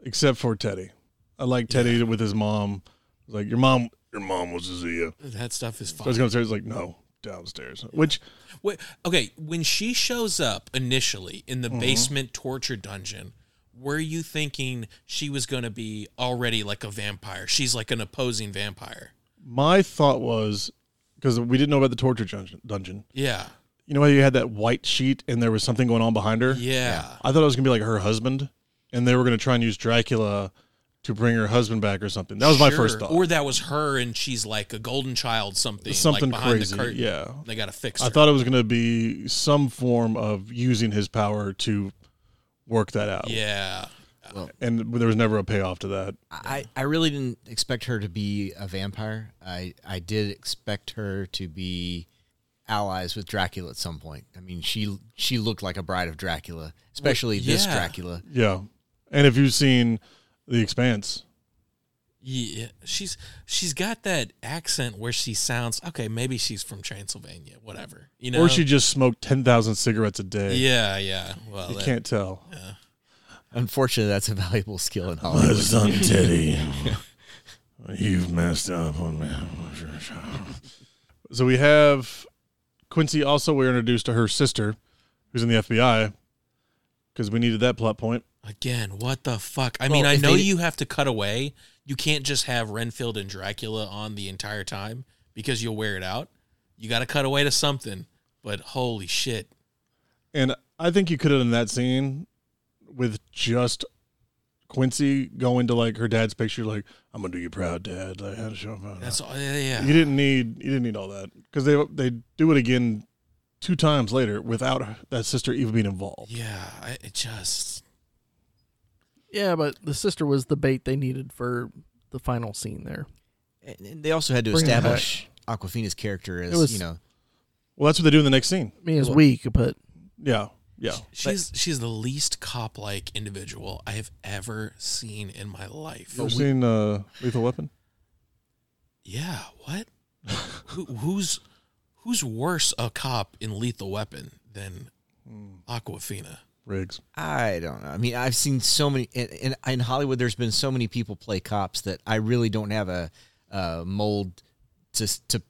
S2: except for Teddy. I like Teddy with his mom. Like your mom, your mom was a Zia.
S4: That stuff is
S2: So I
S4: fine.
S2: was going upstairs, like, no, downstairs. Which,
S4: Wait, okay, when she shows up initially in the
S2: Mm-hmm.
S4: basement torture dungeon, were you thinking she was going to be already like a vampire? She's like an opposing vampire.
S2: my thought was because we didn't know about the torture dungeon, dungeon.
S4: Yeah.
S2: You know how you had that white sheet and there was something going on behind her?
S4: Yeah.
S2: I thought it was going to be like her husband, and they were going to try and use Dracula to bring her husband back or something. That was my first
S4: Sure.
S2: thought.
S4: Or that was her and she's like a golden child something.
S2: Something
S4: like behind
S2: crazy,
S4: The curtain.
S2: yeah.
S4: They got to fix her.
S2: I thought it was going to be some form of using his power to work that out.
S4: Yeah.
S2: And there was never a payoff to that.
S5: I, I really didn't expect her to be a vampire. I, I did expect her to be allies with Dracula at some point. I mean, she she looked like a bride of Dracula, especially this
S4: yeah.
S5: Dracula.
S2: Yeah. And if you've seen The Expanse,
S4: Yeah. She's she's got that accent where she sounds okay, maybe she's from Transylvania, whatever. You know.
S2: or she just smoked 10,000 cigarettes a day.
S4: Yeah, yeah. Well,
S2: You
S4: that-
S2: can't tell.
S5: Unfortunately, that's a valuable skill in Hollywood.
S2: son Teddy, you've messed up on me. So we have Quincy. Also, we're introduced to her sister, who's in the FBI, because we needed that plot point.
S4: Again, what the fuck? I mean,
S5: Well,
S4: I
S5: if
S4: know
S5: they-
S4: you have to cut away. You can't just have Renfield and Dracula on the entire time because you'll wear it out. You got to cut away to something. But holy shit.
S2: And I think you could have done that scene with just Quincy going to like her dad's picture, like "I'm gonna do you proud, Dad." Like, how to show him.
S4: That's all. Yeah. yeah.
S2: You didn't need you didn't need all that because they they do it again two times later without that sister even being involved.
S4: Yeah, I, it just
S6: Yeah, but the sister was the bait they needed for the final scene there.
S5: And- and they also had to
S6: Bring her back.
S5: establish Aquafina's character as,
S6: It was-
S5: you know,
S2: Well, that's what they do in the next scene.
S6: I mean, it's weak, but
S2: Yeah, yeah.
S4: she's she's the least cop like individual I have ever seen in my life.
S2: You ever seen uh, Lethal Weapon?
S4: Yeah, what? Who, who's who's worse a cop in Lethal Weapon than Aquafina?
S2: Riggs.
S5: I don't know. I mean, I've seen so many in, in, in Hollywood. There's been so many people play cops that I really don't have a, uh mold to s- to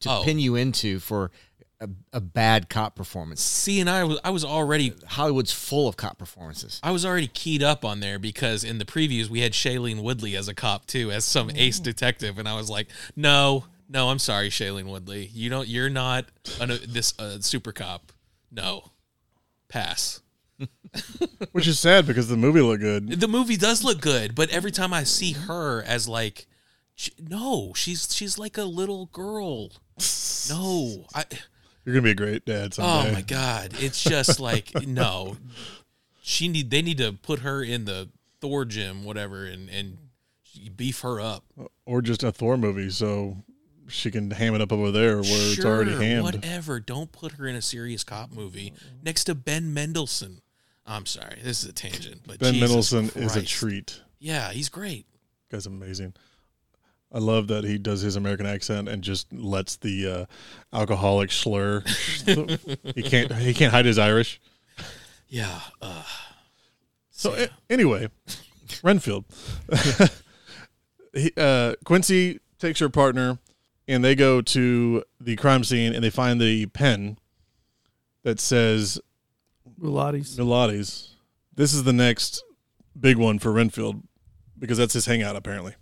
S5: to
S4: Oh.
S5: pin you into for a, a bad cop performance.
S4: See, and I was I was already
S5: Hollywood's full of cop performances.
S4: I was already keyed up on there because in the previews we had Shailene Woodley as a cop too, as some ace detective, and I was like, no, no, I'm sorry, Shailene Woodley, you don't, you're not an, this uh, super cop. No, pass.
S2: Which is sad because the movie looked good.
S4: The movie does look good, but every time I see her as like, she, no, she's she's like a little girl. No, I.
S2: You're gonna be a great dad someday.
S4: Oh my god, it's just like no. She need they need to put her in the Thor gym, whatever, and and beef her up.
S2: Or just a Thor movie, so she can ham it up over there where it's already
S4: Sure,
S2: hammed.
S4: Whatever. Don't put her in a serious cop movie next to Ben Mendelsohn. I'm sorry, this is a tangent, but
S2: ben
S4: Jesus
S2: Mendelsohn is a
S4: Christ.
S2: treat.
S4: Yeah, he's great.
S2: Guy's amazing. I love that he does his American accent and just lets the uh, alcoholic slur. he can't. He can't hide his Irish.
S4: Yeah. Uh,
S2: So a- anyway, Renfield, he, uh, Quincy takes her partner, and they go to the crime scene and they find the pen that says
S6: Mulati's.
S2: Milades. This is the next big one for Renfield because that's his hangout apparently.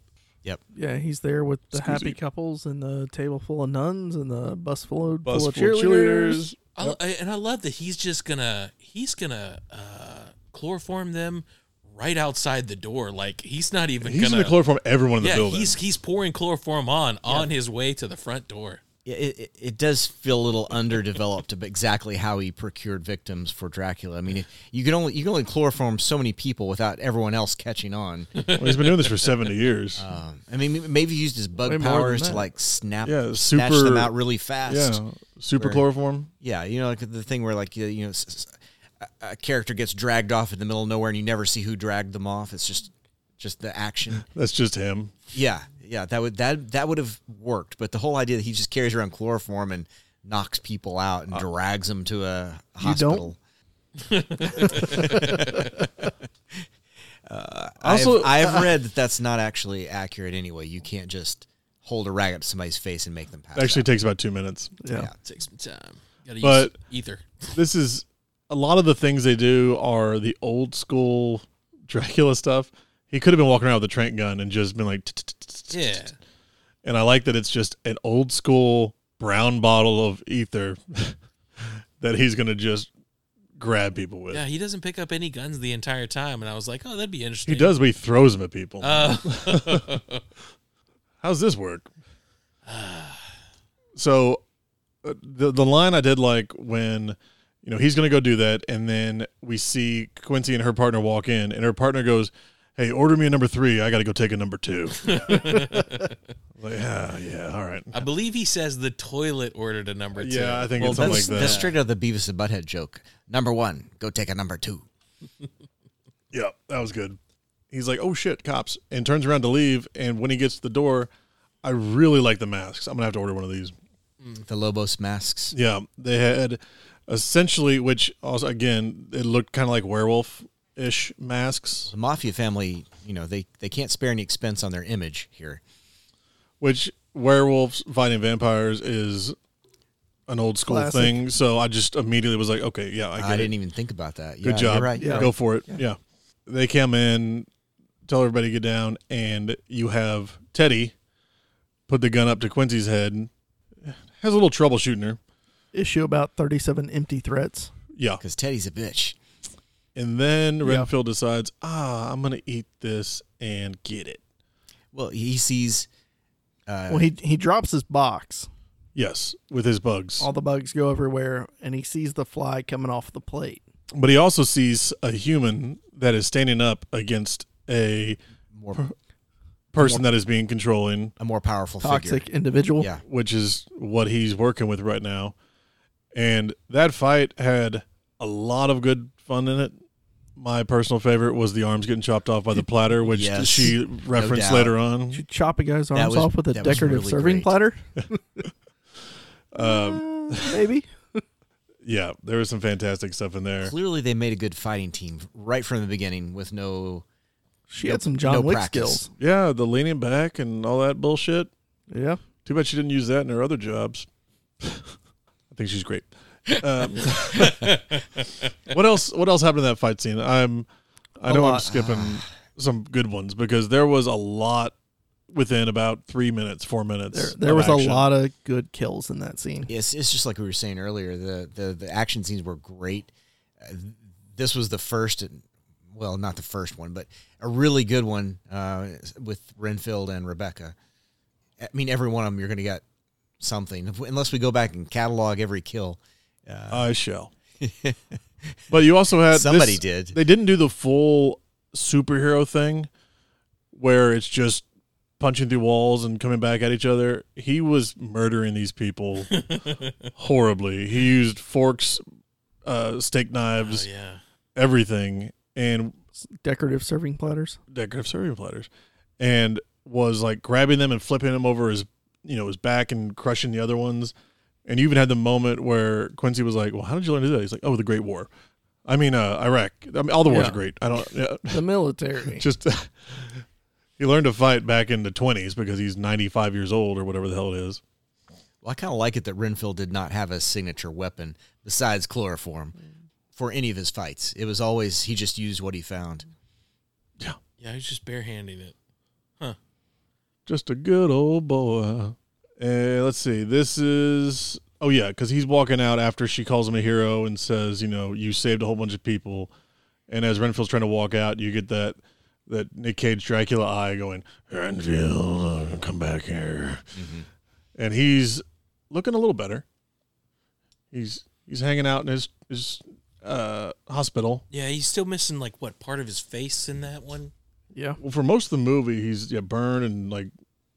S6: Yeah, he's there with the
S2: Excuse
S6: happy
S2: me.
S6: couples and the table full of nuns and the bus full of,
S2: Bus
S6: full of
S2: full of
S6: cheerleaders.
S4: I, I- and I love that he's just gonna he's gonna uh, chloroform them, right outside the door. Like he's not even
S2: He's
S4: gonna.
S2: going to chloroform everyone in the
S4: yeah,
S2: building.
S4: he's he's pouring chloroform on on his way to the front door.
S5: Yeah, it, it, it does feel a little underdeveloped of exactly how he procured victims for Dracula. I mean, you can only you can only chloroform so many people without everyone else catching on.
S2: Well, he's been doing this for 70 years.
S4: Uh,
S5: Um, I mean, maybe he used his bug
S2: Way more than
S5: powers to
S2: that.
S5: like snap,
S2: Yeah,
S5: snatch
S2: super-
S5: them out really fast.
S2: yeah. Super
S5: Where-
S2: chloroform.
S5: Yeah, you know, like the thing where like you, you know, s- s- a, a character gets dragged off in the middle of nowhere and you never see who dragged them off. It's just just the action.
S2: That's just him.
S5: Yeah, yeah, that would that that would have worked, but the whole idea that he just carries around chloroform and knocks people out and drags them to a hospital. uh,
S2: Also-
S5: I've, I've read that that's not actually accurate anyway. You can't just hold a rag up to somebody's face and make them pass.
S2: It actually
S5: out.
S2: takes about two minutes.
S6: Yeah.
S4: Take some time. Gotta
S2: But-
S4: use ether.
S2: This is a lot of the things they do are the old school Dracula stuff. He could have been walking around with a Trent gun and just been like, "Tsk, tsk, tsk, tsk,
S4: Yeah.
S2: tsk." and I like that it's just an old school brown bottle of ether that he's going to just grab people with.
S4: Yeah, he doesn't pick up any guns the entire time, and I was like, oh, that'd be interesting.
S2: He does, but he throws them at people.
S5: Oh.
S4: Uh,
S2: How's this work? so, uh, the the line I did like when you know he's going to go do that, and then we see Quincy and her partner walk in, and her partner goes, "Hey, order me a number three. I got to go take a number two. like, yeah, yeah, all right.
S4: I believe he says the toilet ordered a number two.
S2: Yeah, I think
S5: Well,
S2: it's something like
S5: that's,
S2: that.
S5: that's straight out of the Beavis and Butthead joke. Number one, go take a number two.
S2: Yeah, that was good. He's like, oh shit, cops, and turns around to leave. And when he gets to the door, I really like the masks. I'm gonna have to order one of these.
S5: The Lobos masks.
S2: Yeah, they had essentially, which also again, it looked kind of like werewolf ish masks,
S5: The mafia family, you know, they, they can't spare any expense on their image here.
S2: which werewolves fighting vampires is an old school
S6: Classic.
S2: thing. So I just immediately was like, okay, yeah, I, get
S5: I,
S2: it.
S5: didn't even think about that.
S2: Good
S5: yeah,
S2: job.
S5: You're right.
S6: Yeah.
S2: Go for it. Yeah. They come in, tell everybody to get down, and you have Teddy put the gun up to Quincy's head. and Has a little trouble shooting her.
S6: Issue about 37 empty threats.
S2: Yeah.
S5: Because Teddy's a bitch.
S2: And then Renfield decides, ah, I'm going to eat this and get it.
S5: Well, he sees. Uh,
S6: Well, he he drops his box.
S2: Yes, with his bugs.
S6: All the bugs go everywhere, and he sees the fly coming off the plate.
S2: But he also sees a human that is standing up against a
S5: more,
S2: person that is being controlling,
S5: a more powerful
S6: Toxic
S5: figure.
S6: individual.
S5: Yeah.
S2: which is what he's working with right now. And that fight had a lot of good fun in it. My personal favorite was the arms getting chopped off by the platter, which
S5: Yes,
S2: she
S5: no
S2: referenced
S5: doubt.
S2: later on.
S6: You chop a guy's arms
S5: was-
S6: off with a
S5: that was
S6: decorative
S5: really
S6: serving
S5: great.
S6: platter,
S2: Um,
S6: maybe.
S2: yeah, there was some fantastic stuff in there.
S5: Clearly, they made a good fighting team right from the beginning with no
S6: She had some John
S5: no
S6: Wick
S5: practice.
S6: skills.
S2: Yeah, the leaning back and all that bullshit.
S6: Yeah.
S2: Too bad she didn't use that in her other jobs. I think she's great. Um, what else? What else happened in that fight scene? I'm, I
S6: A
S2: know I'm
S6: lot.
S2: skipping some good ones because there was a lot within about three minutes, four minutes.
S6: There, there
S2: of
S6: was
S2: action.
S6: a lot of good kills in that scene.
S5: It's, it's just like we were saying earlier. The the, the action scenes were great. Uh, this was the first, and- well, not the first one, but a really good one uh, with Renfield and Rebecca. I mean, every one of them you're going to get something, unless we go back and catalog every kill.
S2: I shall. but you also had Uh, this-
S5: Somebody did.
S2: They didn't do the full superhero thing where it's just punching through walls and coming back at each other. He was murdering these people horribly. He used forks, uh, steak
S4: Oh,
S2: knives,
S4: yeah.
S2: everything, and
S6: Decorative serving platters.
S2: decorative serving platters, and was like grabbing them and flipping them over his, you know, his back and crushing the other ones. And you even had the moment where Quincy was like, "Well, how did you learn to do that?" He's like, "Oh, the Great War. I mean, uh, Iraq. I mean, all the wars
S6: Yeah.
S2: are great. I don't yeah.
S6: The military.
S2: just." he learned to fight back in the twenties because he's ninety-five years old or whatever the hell it is.
S5: Well, I kind of like it that Renfield did not have a signature weapon besides chloroform for any of his fights. It was always he just used what he found.
S4: Yeah, he's just barehanding it.
S2: Just a good old boy. Uh, let's see. This is. Oh, yeah, because he's walking out after she calls him a hero and says, you know, you saved a whole bunch of people. And as Renfield's trying to walk out, you get that that Nick Cage Dracula eye going, Renfield, uh, come back here. And he's looking a little better. He's he's hanging out in his his uh, hospital.
S4: Yeah, he's still missing like what part of his face in that one.
S6: Yeah.
S2: Well, for most of the movie, he's yeah burned and like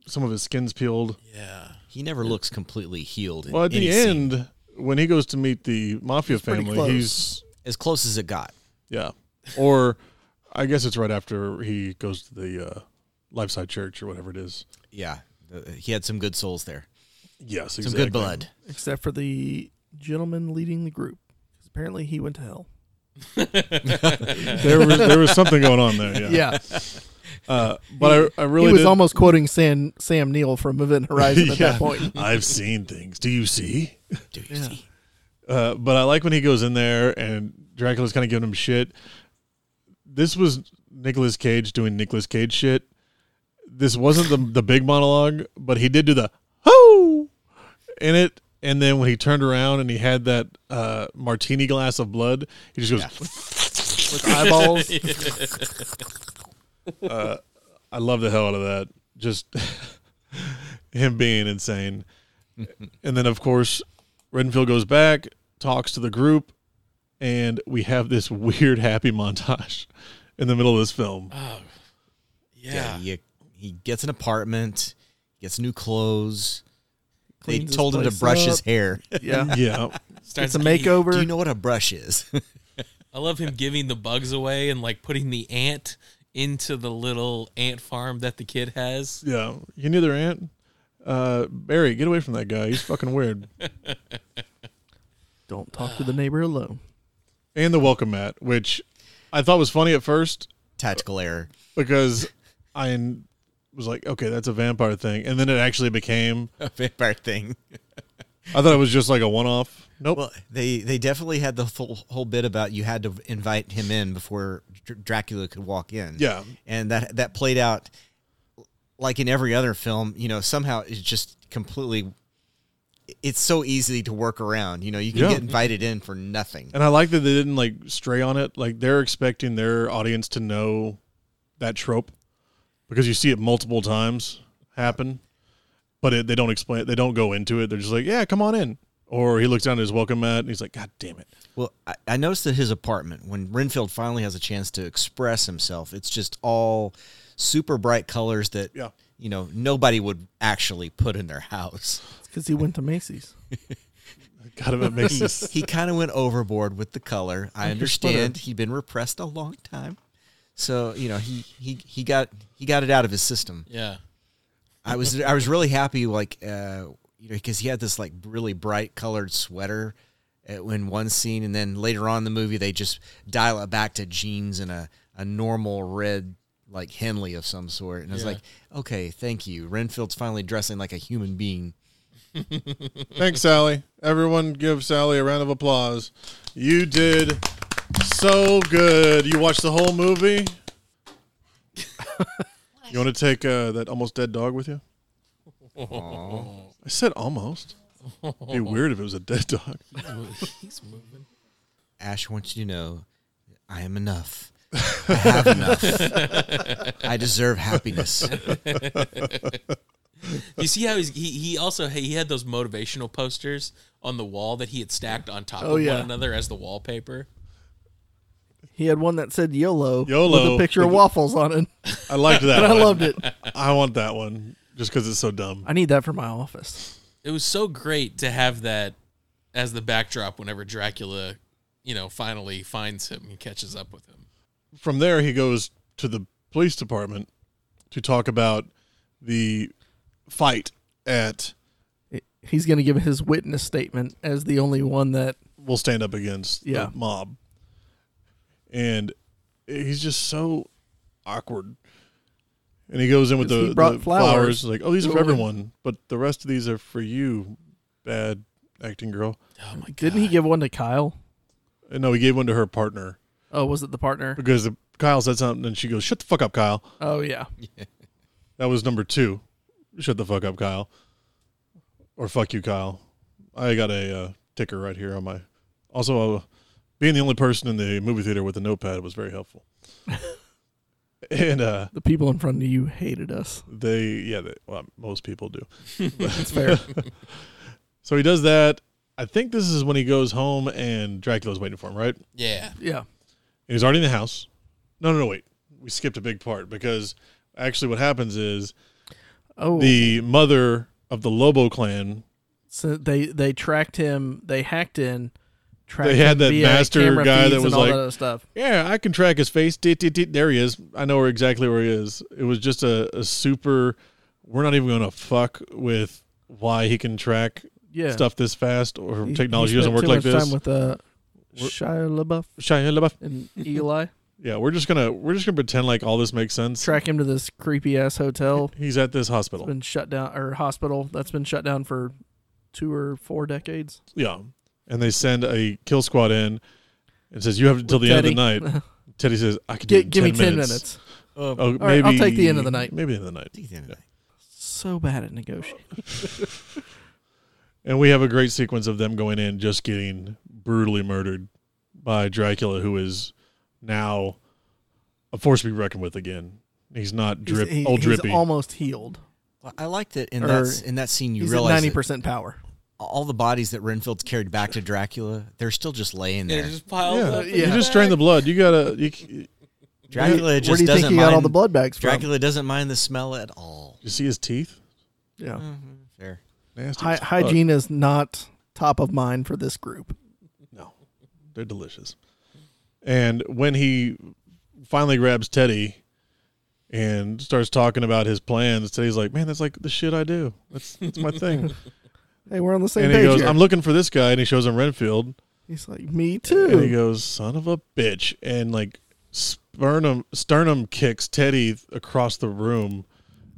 S2: some of his skin's peeled.
S4: Yeah,
S5: He never looks completely healed. In
S2: Well, at the
S5: any scene.
S2: end, when he goes to meet the mafia
S6: pretty
S2: family,
S6: close.
S2: he's
S5: as close as it got.
S2: yeah, or I guess it's right after he goes to the uh, Lifeside Church or whatever it is.
S5: Yeah, The- he had some good souls there,
S2: Yes,
S5: some
S2: exactly.
S5: good blood.
S6: Except for the gentleman leading the group. 'Cause apparently he went to hell.
S2: There was there was something going on there. Yeah,
S6: Yeah.
S2: Uh, but I I really
S6: he was
S2: did-
S6: almost quoting Sam, Sam Neill from Event Horizon at
S2: Yeah.
S6: that point.
S2: I've seen things. Do you see?
S5: Do you see?
S2: Uh, but I like when he goes in there and Dracula's kind of giving him shit. This was Nicolas Cage doing Nicolas Cage shit. This wasn't the the big monologue, but he did do the ho in it. And then when he turned around and he had that uh, martini glass of blood, he just goes with eyeballs. uh, I love the hell out of that. Just him being insane. and then of course Renfield goes back, talks to the group, and we have this weird happy montage in the middle of this film.
S4: yeah.
S5: Yeah, he, he gets an apartment, gets new clothes. They
S6: Cleans his
S5: told him to
S6: place
S5: brush
S6: up.
S5: his hair.
S6: Yeah.
S2: Yeah.
S4: Starts
S6: It's a
S4: getting-
S6: makeover.
S5: Do you know what a brush is?
S4: I love him giving the bugs away and like putting the ant into the little ant farm that the kid has.
S2: Yeah. You knew their aunt? Uh, Barry, get away from that guy. He's fucking weird.
S6: Don't talk to the neighbor alone.
S2: And the welcome mat, which I thought was funny at first
S5: Tactical error.
S2: because I was like, okay, that's a vampire thing. And then it actually became,
S5: A vampire thing.
S2: I thought it was just like a one off. Nope.
S5: Well, they they definitely had the whole, whole bit about you had to invite him in before Dr- Dracula could walk in.
S2: Yeah.
S5: and that that played out like in every other film. You know, somehow it's just completely. It's so easy to work around. You know, you can
S2: Yeah.
S5: get invited in for nothing.
S2: And I like that they didn't like stray on it. Like they're expecting their audience to know that trope because you see it multiple times happen, but it, they don't explain it. They don't go into it. They're just like, yeah, come on in. Or he looks down at his welcome mat and he's like, God damn it.
S5: Well, I, I noticed that his apartment, when Renfield finally has a chance to express himself, it's just all super bright colors that
S2: Yeah.
S5: you know nobody would actually put in their house.
S6: It's because he went to Macy's.
S2: God, it makes this.
S5: he kind of went overboard with the color. I
S6: sputter.
S5: understand he'd been repressed a long time, so you know he he he got he got it out of his system.
S4: Yeah.
S5: I was I was really happy, like uh, you know, because he had this like really bright colored sweater uh, in one scene, and then later on in the movie they just dial it back to jeans and a a normal red like Henley of some sort, and I was like, okay, thank you. Renfield's finally dressing like a human being.
S2: Thanks, Sally. Everyone give Sally a round of applause. You did so good. You watched the whole movie. you want to take uh, that almost dead dog with you? I said almost. It'd be weird if it was a dead dog.
S4: He's moving.
S5: Ash wants you to know I am enough. I have enough. I deserve happiness.
S4: You see how he's, he he also he had those motivational posters on the wall that he had stacked on top
S6: Oh,
S4: of
S6: yeah.
S4: one another as the wallpaper.
S6: He had one that said YOLO,
S2: YOLO.
S6: with a picture of waffles on it.
S2: I liked that.
S6: And I
S2: one.
S6: loved it.
S2: I want that one just because it's so dumb.
S6: I need that for my office.
S4: It was so great to have that as the backdrop whenever Dracula, you know, finally finds him and catches up with him.
S2: From there, he goes to the police department to talk about the fight at
S6: He's going to give his witness statement as the only one that
S2: will stand up against
S6: Yeah.
S2: the mob. And he's just so awkward. And he goes in with
S6: 'Cause he
S2: the,
S6: brought
S2: the flowers.
S6: flowers.
S2: Like, oh, these are for
S6: Ooh.
S2: everyone, but the rest of these are for you, bad acting girl.
S4: Oh my god.
S6: didn't he give one to Kyle?
S2: And no, he gave one to her partner
S6: Oh, was it the partner?
S2: because the, Kyle said something and she goes, shut the fuck up, Kyle.
S6: Oh yeah,
S2: That was number two. Shut the fuck up, Kyle. Or fuck you, Kyle. I got a uh, ticker right here on my. Also, uh, being the only person in the movie theater with a notepad was very helpful. and uh,
S6: The people in front of you hated us.
S2: they, yeah, they, well, most people do.
S6: That's fair.
S2: So he does that. I think this is when he goes home and Dracula's waiting for him, right? And
S4: Yeah.
S6: yeah.
S2: he's already in the house. No, no, no, wait. We skipped a big part because actually what happens is
S6: Oh,
S2: the mother of the Lobo clan,
S6: so they they tracked him. They hacked in. Tracked
S2: They had
S6: him
S2: that
S6: via
S2: master
S6: camera
S2: guy
S6: feeds
S2: that
S6: and
S2: was
S6: all
S2: like-
S6: that other stuff.
S2: yeah, I can track his face. Dit, dit, dit. There he is. I know where exactly where he is. It was just a, a super, we're not even going to fuck with why he can track
S6: Yeah,
S2: stuff this fast or
S6: He- he
S2: technology doesn't
S6: spent
S2: work
S6: too
S2: like
S6: much
S2: this.
S6: Time with uh,
S2: We're-
S6: Shia LaBeouf
S2: Shia LaBeouf.
S6: and Eli
S2: Yeah, we're just gonna we're just gonna pretend like all this makes sense.
S6: track him to this creepy ass hotel.
S2: He's at this
S6: It's
S2: hospital.
S6: been shut down or hospital that's been shut down for two or four decades.
S2: Yeah. And they send a kill squad in and says, You have until the end of the night. Teddy says, I can do it
S6: Gi-
S2: in
S6: give me
S2: 10
S6: ten
S2: minutes.
S6: minutes.
S2: Oh, maybe,
S6: right, I'll take the end of the night.
S2: Maybe the end of the night.
S6: So bad at negotiating.
S2: And we have a great sequence of them going in, just getting brutally murdered by Dracula, who is now a force to be reckoned with again. He's not drip,
S6: he's, he-
S2: old
S6: he's
S2: drippy.
S6: almost healed.
S5: Well, I like that in
S6: Or-
S5: that in that scene you
S6: he's at
S5: realize
S6: ninety
S5: that
S6: percent power.
S5: all the bodies that Renfield's carried back to Dracula, they're still just laying
S4: It
S5: there.
S4: just piled
S2: yeah.
S4: up. in
S2: you
S6: Yeah.
S2: just drain the blood. You gotta. You, c-
S5: Dracula just
S6: Where do you
S5: doesn't
S6: think he
S5: mind
S6: got all the blood bags from?
S5: Dracula doesn't mind the smell at all.
S2: you see his teeth?
S6: Yeah.
S5: Mm, Fair.
S2: Nasty.
S6: Hy-
S2: as fuck.
S6: hygiene is not top of mind for this group.
S2: No, they're delicious. And when he finally grabs Teddy and starts talking about his plans, Teddy's like, "Man, that's like the shit I do. That's that's my thing."
S6: Hey, we're on the same
S2: and he
S6: page.
S2: goes,
S6: here.
S2: "I'm looking for this guy," and he shows him Renfield,
S6: He's like,
S2: and
S6: me
S2: he
S6: too.
S2: goes, "Son of a bitch!" and like sternum sternum kicks Teddy across the room,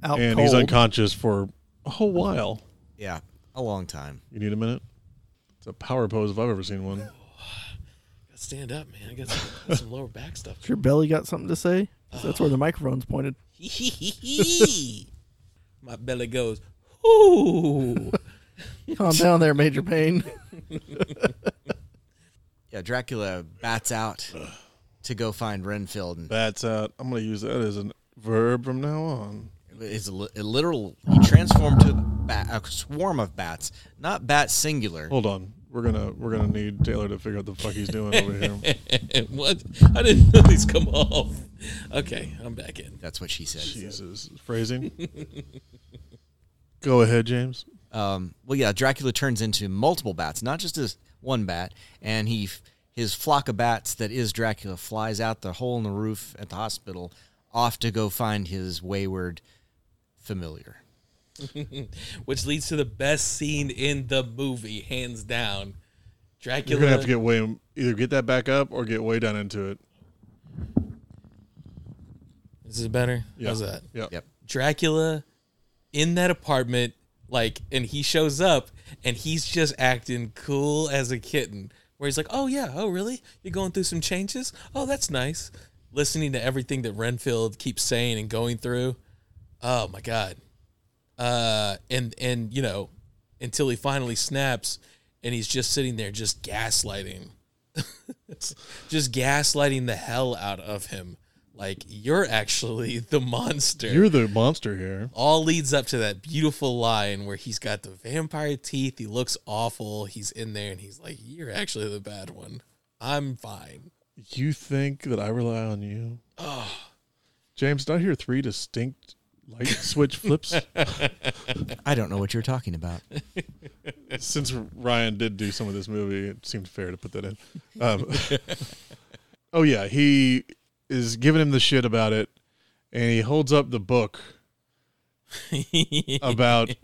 S6: Out
S2: and
S6: cold.
S2: he's unconscious for a whole while.
S5: Yeah, a long time.
S2: You need a minute? It's a power pose if I've ever seen one.
S4: there. Stand up, man. I got some, got some lower back stuff.
S6: Has your belly got something to say? 'Cause That's where the microphone's pointed.
S4: My belly goes, ooh.
S6: Calm down there, Major Payne.
S5: Yeah, Dracula bats out to go find Renfield, and
S2: That's out. I'm gonna use that as a verb from now on.
S5: is a, li- a literal he transformed to a, bat, a swarm of bats, not bat singular.
S2: Hold on. We're gonna we're gonna need Taylor to figure out the fuck he's doing over here.
S4: what? I didn't know these come off. Okay, I'm back in.
S5: That's what she said.
S2: Jesus. Phrasing. Go ahead, James.
S5: um, well, yeah, Dracula turns into multiple bats, not just his one bat, and he f- his flock of bats that is Dracula flies out the hole in the roof at the hospital, off to go find his wayward familiar.
S4: Which leads to the best scene in the movie, hands down.
S2: You're
S4: Dracula.
S2: gonna have to get way either get that back up or get way down into it.
S4: Is this better?
S2: Yeah.
S4: How's that?
S2: Yeah.
S5: Yep.
S4: Dracula in that apartment, like, and he shows up and he's just acting cool as a kitten. Where he's like, oh, yeah, oh, really? You're going through some changes? Oh, that's nice. Listening to everything that Renfield keeps saying and going through. Oh, my God. Uh, and, and, you know, until he finally snaps and he's just sitting there just gaslighting just gaslighting the hell out of him. Like you're actually the monster.
S2: You're the monster here.
S4: All leads up to that beautiful line where he's got the vampire teeth. He looks awful. He's in there and he's like, "You're actually the bad one. I'm fine."
S2: You think that I rely on you? Oh. James, did I hear three distinct light switch flips?
S5: I don't know what you're talking about.
S2: Since Ryan did do some of this movie, it seemed fair to put that in. Um, oh yeah, he is giving him the shit about it, and he holds up the book about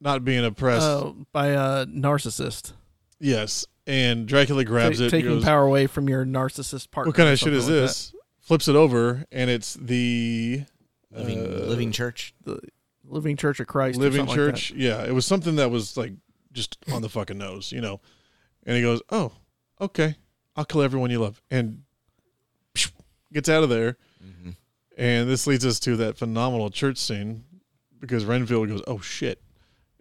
S2: not being oppressed.
S6: Uh, by a narcissist.
S2: Yes, and Dracula
S6: Ta-
S2: grabs it. and
S6: taking
S2: goes,
S6: power away from your narcissist partner.
S2: What kind
S6: or
S2: of shit is
S6: something like
S2: this? Flips it over, and it's the
S5: Living,
S2: Uh,
S5: living church.
S6: that. Living Church of Christ. or
S2: Living
S6: something like
S2: Church. yeah, it was something that was like just on the fucking nose, you know. And he goes, "Oh, okay, I'll kill everyone you love," and psh, gets out of there. And this leads us to that phenomenal church scene because Renfield goes, "Oh shit."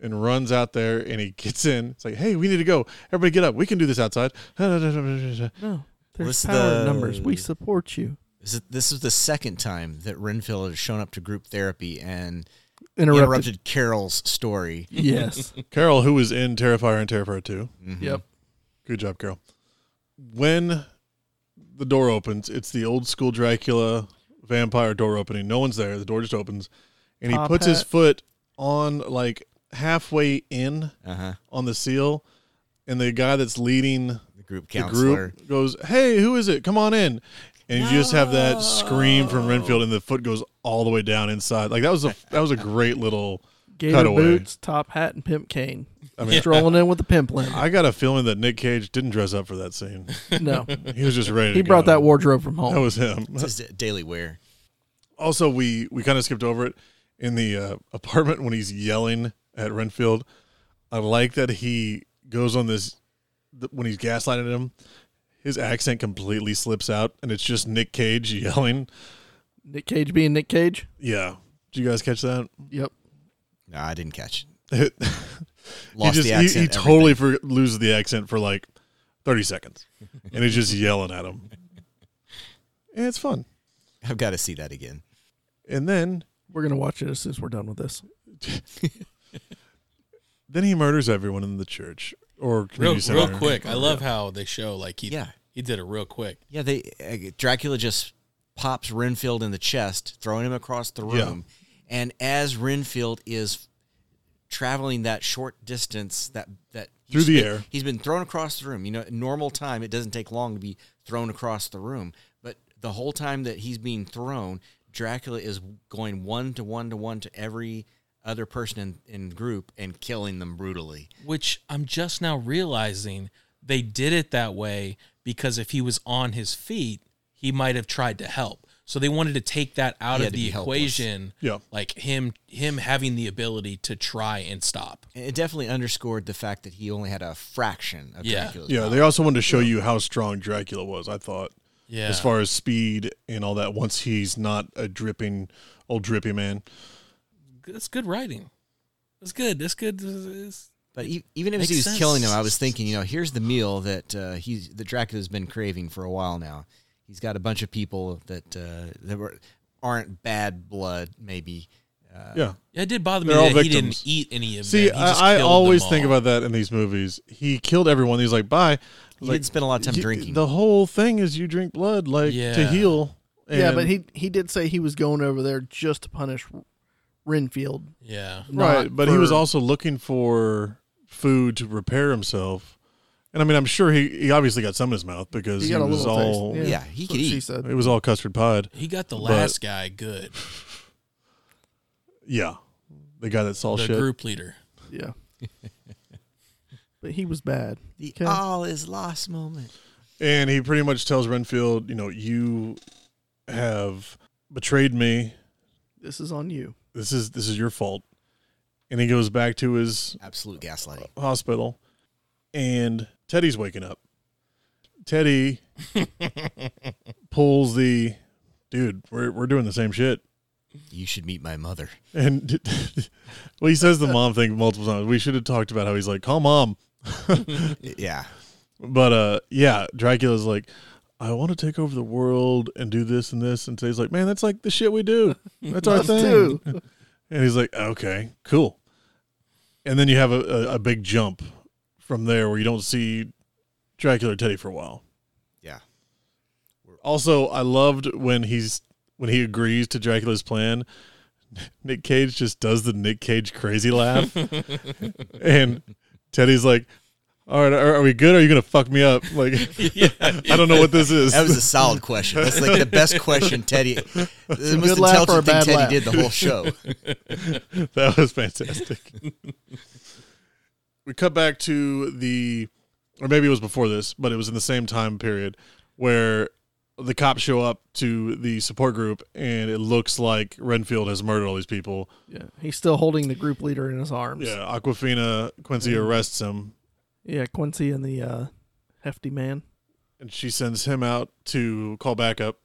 S2: And runs out there, and he gets in. It's like, "Hey, we need to go! Everybody, get up! We can do this outside."
S6: that. No, There's
S5: What's
S6: power in
S5: the-
S6: numbers. We support you.
S5: This is, this is the second time that Renfield has shown up to group therapy and
S6: Interrupted.
S5: interrupted Carol's story.
S6: Yes.
S2: Carol, who was in Terrifier and Terrifier 2.
S5: Mm-hmm.
S6: yep.
S2: Good job, Carol. When the door opens, it's the old school Dracula vampire door opening. No one's there. The door just opens. And he
S6: Top
S2: puts his
S6: hat.
S2: foot on like halfway in
S5: Uh huh.
S2: on the seal. And the guy that's leading
S5: The group
S2: the
S5: counselor.
S2: group goes, Hey, who is it? Come on in. And you just have that scream from Renfield and the foot goes all the way down inside. Like that was a that was a great little
S6: Gator
S2: Cutaway.
S6: boots, top hat, and pimp cane.
S2: I mean
S6: Strolling in with the pimp limp.
S2: I got a feeling that Nick Cage didn't dress up for that scene.
S6: No.
S2: He was just ready.
S6: He
S2: to
S6: brought
S2: go.
S6: that wardrobe from home.
S2: That was him.
S5: This is daily wear.
S2: Also, we we kind of skipped over it in the uh, apartment when he's yelling at Renfield. I like that he goes on this th- when he's gaslighting him. His accent completely slips out, and it's just Nick Cage yelling.
S6: Nick Cage being Nick Cage.
S2: Yeah, did you guys catch that?
S6: Yep.
S5: No, I didn't catch. it.
S2: he
S5: Lost
S2: just
S5: the
S2: he- he,
S5: accent.
S2: totally for, loses the accent for like thirty seconds, and he's just yelling at him. And it's fun.
S5: everything. I've got to see that again.
S2: And then
S6: We're gonna watch it as soon as we're done with this.
S2: Then he murders everyone in the church or
S4: Real,
S2: community
S4: real
S2: center.
S4: quick. I love how they show like he
S5: Yeah.
S4: he did it real quick.
S5: Yeah, they uh, Dracula just pops Renfield in the chest, throwing him across the
S2: Yeah.
S5: room. And as Renfield is traveling that short distance, that that
S2: Through
S5: he's
S2: the
S5: been-
S2: air.
S5: he's been thrown across the room. You know, in normal time it doesn't take long to be thrown across the room, but the whole time that he's being thrown, Dracula is going one to one to one to every other person in, in group and killing them brutally.
S4: Which I'm just now realizing they did it that way because if he was on his feet, he might have tried to help. So they wanted to take that out
S5: He
S4: of
S5: had to
S4: the
S5: be helpless.
S4: equation.
S2: Yeah.
S4: Like him him having the ability to try and stop.
S5: And it definitely underscored the fact that he only had a fraction of
S4: Yeah.
S5: Dracula's
S2: Yeah, they also wanted to show you how strong Dracula was, I thought,
S4: Yeah.
S2: as far as speed and all that, once he's not a dripping, old drippy man.
S4: that's good writing. That's good. That's good. This is-
S5: But e- even as
S4: Makes
S5: he was
S4: sense.
S5: killing him, I was thinking, you know, here's the meal that uh, he's that Dracula's been craving for a while now. He's got a bunch of people that uh, that were, aren't bad blood, maybe.
S2: yeah.
S4: Yeah, it did bother me
S2: They're all
S4: that he
S2: victims.
S4: didn't eat any of
S2: See,
S4: them. Uh, He just
S2: I, I
S4: killed them
S2: always think
S4: all.
S2: about that in these movies. He killed everyone. He's like, bye.
S5: He
S2: Like,
S5: didn't spend a lot of time
S2: y-
S5: drinking.
S2: The whole thing is you drink blood, like, to
S4: Yeah.
S2: heal.
S6: yeah,
S2: And-
S6: but he he did say he was going over there just to punish Renfield.
S4: Yeah.
S2: Right,
S6: not
S2: but he was
S6: for-
S2: also looking for food to repair himself. And I mean, I'm sure he, he obviously got some in his mouth because
S6: He
S2: he,
S6: got a
S2: was
S6: little
S2: all
S6: taste.
S5: Yeah, he
S6: that's
S5: could
S6: what She
S5: eat.
S6: said.
S2: it was all custard pied.
S4: He got the
S2: But-
S4: last guy good.
S2: Yeah. The guy that saw
S4: The
S2: shit.
S4: group leader.
S6: Yeah. but he was bad.
S5: The uh,
S6: Okay.
S5: all is lost moment.
S2: And he pretty much tells Renfield, you know, you have betrayed me.
S6: This is on you.
S2: This is this is your fault. And he goes back to his
S5: Absolute gaslighting.
S2: hospital and Teddy's waking up. Teddy pulls the dude, we're we're doing the same shit.
S5: You should meet my mother.
S2: And well, he says the mom thing multiple times. We should have talked about how he's like, call mom.
S5: Yeah,
S2: But uh, yeah, Dracula's like, I want to take over the world and do this and this. And today's like, man, that's like the shit we do. That's our
S6: Us
S2: thing.
S6: too.
S2: And he's like, okay, cool. And then you have a, a, a big jump from there where you don't see Dracula or Teddy for a while.
S5: yeah.
S2: Also, I loved when he's when he agrees to Dracula's plan. Nick Cage just does the Nick Cage crazy laugh, and Teddy's like, "All right, are, are we good? Or are you gonna fuck me up?" Like, I don't know what this is.
S5: That was a solid question. That's like the best question Teddy. The most
S6: good laugh
S5: intelligent
S6: or a
S5: thing
S6: bad
S5: Teddy
S6: laugh?
S5: did the whole show.
S2: that was fantastic. we cut back to the, or maybe it was before this, but it was in the same time period where the cops show up to the support group, and it looks like Renfield has murdered all these people.
S6: Yeah. He's still holding the group leader in his arms.
S2: Yeah, Aquafina Quincy arrests him,
S6: Yeah, Quincy and the uh, hefty man.
S2: and she sends him out to call backup.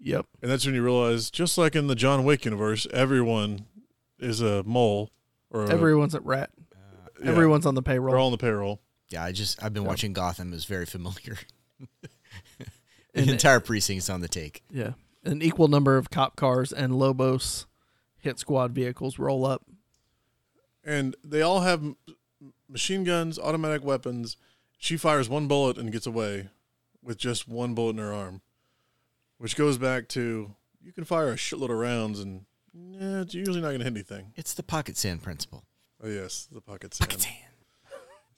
S6: Yep.
S2: And that's when you realize, just like in the John Wick universe, everyone is a mole, or a-
S6: Everyone's at rat.
S5: Uh,
S2: yeah,
S6: Everyone's on the
S2: they're
S6: payroll.
S2: all on the payroll.
S5: Yeah, I just I've been watching Gotham. It was very familiar. The entire precinct's on the take.
S6: Yeah. An equal number of cop cars and Lobos hit squad vehicles roll up.
S2: and they all have m- machine guns, automatic weapons. She fires one bullet and gets away with just one bullet in her arm, which goes back to you can fire a shitload of rounds and eh, it's usually not going to hit anything.
S5: It's the pocket sand principle.
S2: Oh yes, the pocket sand.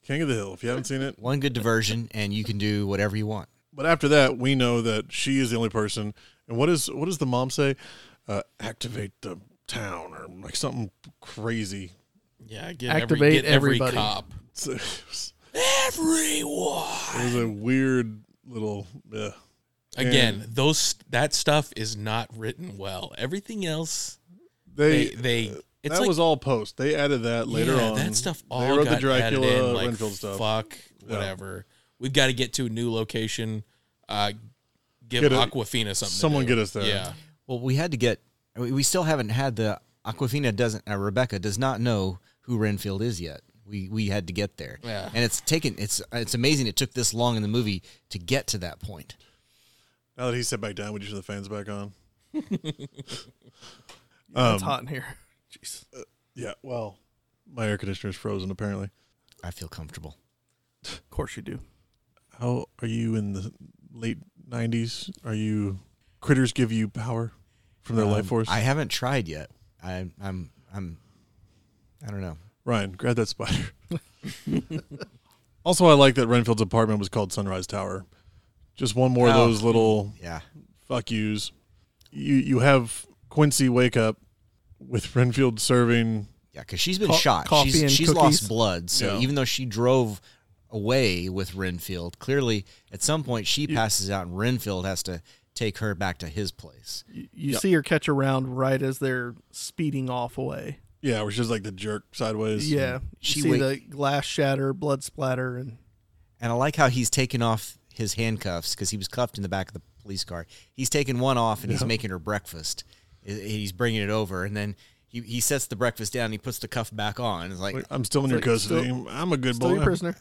S2: King of the Hill. If you haven't seen it,
S5: One good diversion, and you can do whatever you want.
S2: but after that, we know that she is the only person. And what is what does the mom say? Uh, activate the town or like something crazy.
S4: Yeah, get every,
S6: Activate
S4: get every
S6: everybody.
S4: cop.
S2: So it was,
S4: Everyone.
S2: it was a weird little. Yeah.
S4: Again, those that stuff is not written well. Everything else,
S2: They,
S4: they they. It's
S2: that
S4: like
S2: was all post. They added that later
S4: yeah,
S2: on.
S4: That stuff all
S2: they wrote
S4: got
S2: the Dracula uh,
S4: added in, like,
S2: Renfield stuff.
S4: Fuck, whatever. We've got to get to a new location. Uh, give
S2: Get a-
S4: Aquafina something. to
S2: someone
S4: do.
S2: get us there.
S4: Yeah,
S5: Well, we had to get. We we still haven't had the Aquafina doesn't. Uh, Rebecca does not know who Renfield is yet. We we had to get there.
S4: Yeah.
S5: And it's taken. It's it's amazing. It took this long in the movie to get to that point.
S2: Now that he's set back down, would you turn the fans back on? Um,
S5: Um,
S6: it's hot in here. Jeez.
S2: Yeah. Well, my air conditioner's frozen apparently.
S5: I feel comfortable.
S6: Of course you do.
S2: How are you in the late nineties? Are you critters give you power from their life
S5: Um,
S2: force?
S5: I haven't tried yet. I, I'm I'm. I don't know.
S2: Ryan, grab that spider. also, I like that Renfield's apartment was called Sunrise Tower. Just one more of
S5: Oh.
S2: those little
S5: Yeah.
S2: fuck yous. You you have Quincy wake up with Renfield serving
S5: Yeah, because she's been
S6: Co-
S5: shot.
S6: coffee
S5: she's
S6: and
S5: she's
S6: cookies.
S5: lost blood. So
S2: Yeah.
S5: even though she drove away with Renfield, clearly at some point she passes out and Renfield has to take her back to his place.
S6: You, you see her catch around right as they're speeding off away.
S2: Yeah, where she's like the jerk sideways.
S6: Yeah. You
S5: She
S6: see
S5: wait-
S6: the glass shatter, blood splatter, and
S5: And I like how he's taken off his handcuffs because he was cuffed in the back of the police car. He's taken one off and he's making her breakfast. I- He's bringing it over and then he, he sets the breakfast down and he puts the cuff back on. It's like,
S2: Like, I'm still in your
S6: like,
S2: custody. I'm a good
S6: still your
S2: boy.
S6: prisoner.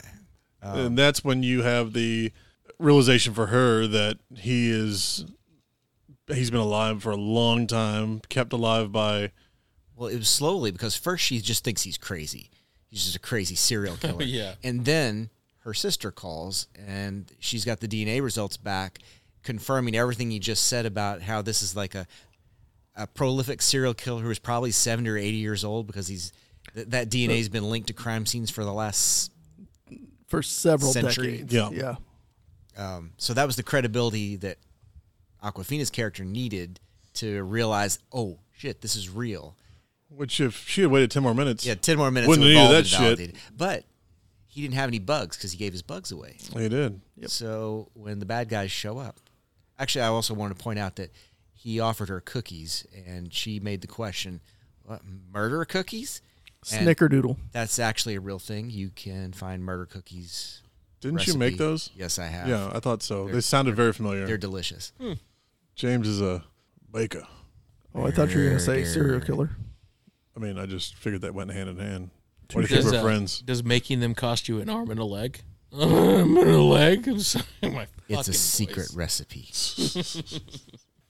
S5: Oh.
S2: And that's when you have the realization for her that he is he's been alive for a long time, kept alive by
S5: Well, it was slowly because first she just thinks he's crazy. He's just a crazy serial killer.
S4: Yeah.
S5: And then her sister calls and she's got the DNA results back confirming everything you just said about how this is like a a prolific serial killer who is probably 70 or 80 years old because he's th- that DNA's been linked to crime scenes for the last
S6: For several
S5: Century.
S6: decades.
S2: Yeah.
S6: Yeah.
S5: um, so that was the credibility that Aquafina's character needed to realize, "Oh shit, this is real."
S2: which if she had waited ten more minutes,
S5: Yeah, ten more minutes.
S2: Wouldn't
S5: it
S2: have needed
S5: would
S2: that
S5: all
S2: shit.
S5: been validated. But he didn't have any bugs because he gave his bugs away.
S2: he did.
S5: So when the bad guys show up, actually, I also wanted to point out that he offered her cookies, and she made the question, what, "Murder cookies?" And
S6: Snickerdoodle.
S5: That's actually a real thing. You can find murder cookies.
S2: Didn't
S5: recipe.
S2: you make those?
S5: Yes, I have.
S2: Yeah, I thought so. They sounded very familiar.
S5: They're delicious.
S2: James is a baker.
S6: Oh, I thought you were going to say serial killer.
S2: I mean, I just figured that went hand in hand. What if you
S4: does,
S2: were
S4: uh,
S2: friends?
S4: does making them cost you an arm and a leg? arm and a leg. I'm sorry, my
S5: It's
S4: fucking
S5: a secret
S4: voice.
S5: recipe.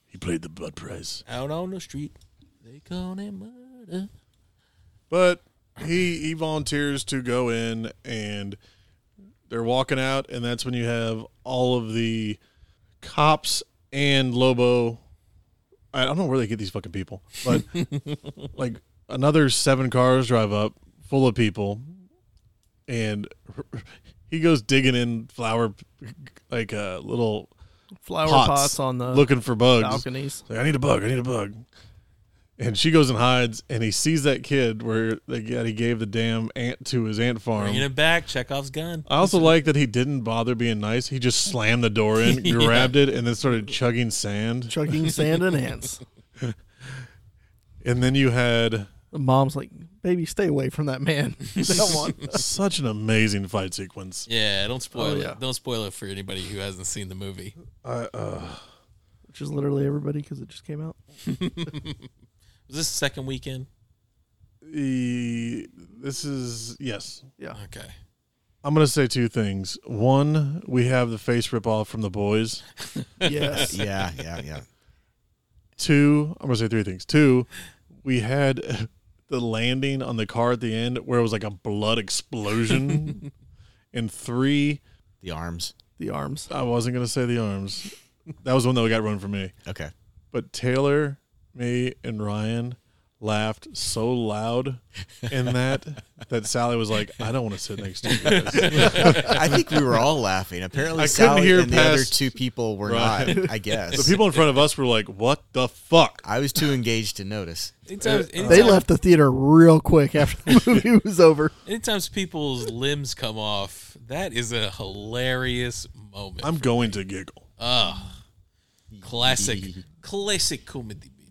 S2: He played the blood prize.
S4: Out on the street, they call it murder.
S2: But he he volunteers to go in and they're walking out and that's when you have all of the cops and Lobo I don't know where they get these fucking people, but like another seven cars drive up full of people and he goes digging in flower like uh, little
S6: Flower
S2: pots,
S6: pots, on the
S2: looking for bugs.
S6: balconies.
S2: It's like, I need a bug. I need a bug. And she goes and hides, and he sees that kid where the guy he gave the damn ant to his ant farm.
S4: Bringing it back, Chekhov's gun.
S2: I also like that he didn't bother being nice. He just slammed the door in, grabbed it, and then started chugging sand.
S6: Chugging sand and ants.
S2: And then you had
S6: The mom's like, baby, stay away from that man. that one.
S2: such an amazing fight sequence.
S4: Yeah, don't spoil
S6: Oh, yeah.
S4: it. Don't spoil it for anybody who hasn't seen the movie.
S6: uh, Which is literally everybody because it just came out.
S4: Was this the second weekend?
S2: E- this is yes,
S6: Yeah.
S4: Okay.
S2: I'm going to say two things. One, we have the face ripoff from the boys.
S6: Yes.
S5: Yeah, yeah, yeah.
S2: Two, I'm going to say three things. Two, we had the landing on the car at the end where it was like a blood explosion. and three,
S5: The arms.
S6: The arms.
S2: I wasn't going to say the arms. That was the one that got run from me.
S5: Okay.
S2: But Taylor, me, and Ryan laughed so loud in that that Sally was like, I don't want to sit next to you guys.
S5: I think we were all laughing. Apparently,
S2: I couldn't
S5: Sally
S2: hear
S5: and the other
S2: past-
S5: two people were
S2: Right.
S5: not. I guess
S2: The people in front of us were like, What the fuck?
S5: I was too engaged to notice.
S4: Anytime,
S6: They
S4: anytime,
S6: left the theater real quick after the movie was over.
S4: anytime people's limbs come off, that is a hilarious moment.
S2: I'm going to giggle.
S4: classic, classic comedy beat.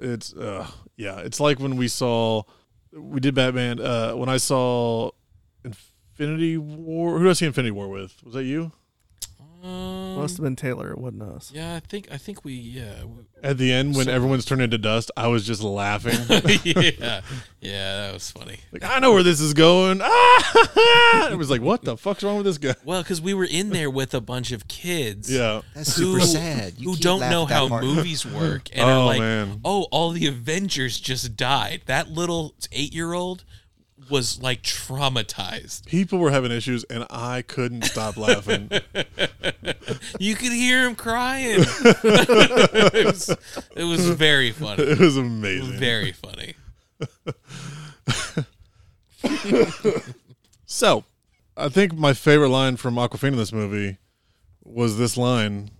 S2: It's uh yeah, it's like when we saw we did Batman uh when I saw Infinity War. Who did I see Infinity War with? Was that you?
S4: Um,
S6: Must have been Taylor. It wasn't us.
S4: yeah, I think I think we yeah we-
S2: At the end when everyone's turned into dust, I was just laughing.
S4: yeah yeah that was funny.
S2: like, I know where this is going. Ah! it was like, what the fuck's wrong with this guy?
S4: Well, because we were in there with a bunch of kids.
S2: Yeah.
S5: That's
S4: who-
S5: super sad. You
S4: who
S5: can't
S4: don't
S5: laugh
S4: know
S5: at that
S4: how
S5: part.
S4: movies work and
S2: Oh,
S4: are like,
S2: man.
S4: oh, all the Avengers just died. That little eight year old was like traumatized.
S2: People were having issues and I couldn't stop laughing.
S4: You could hear him crying. it, was, it was very funny.
S2: It was amazing.
S4: Very funny.
S2: So, I think my favorite line from Aquafina in this movie was this line.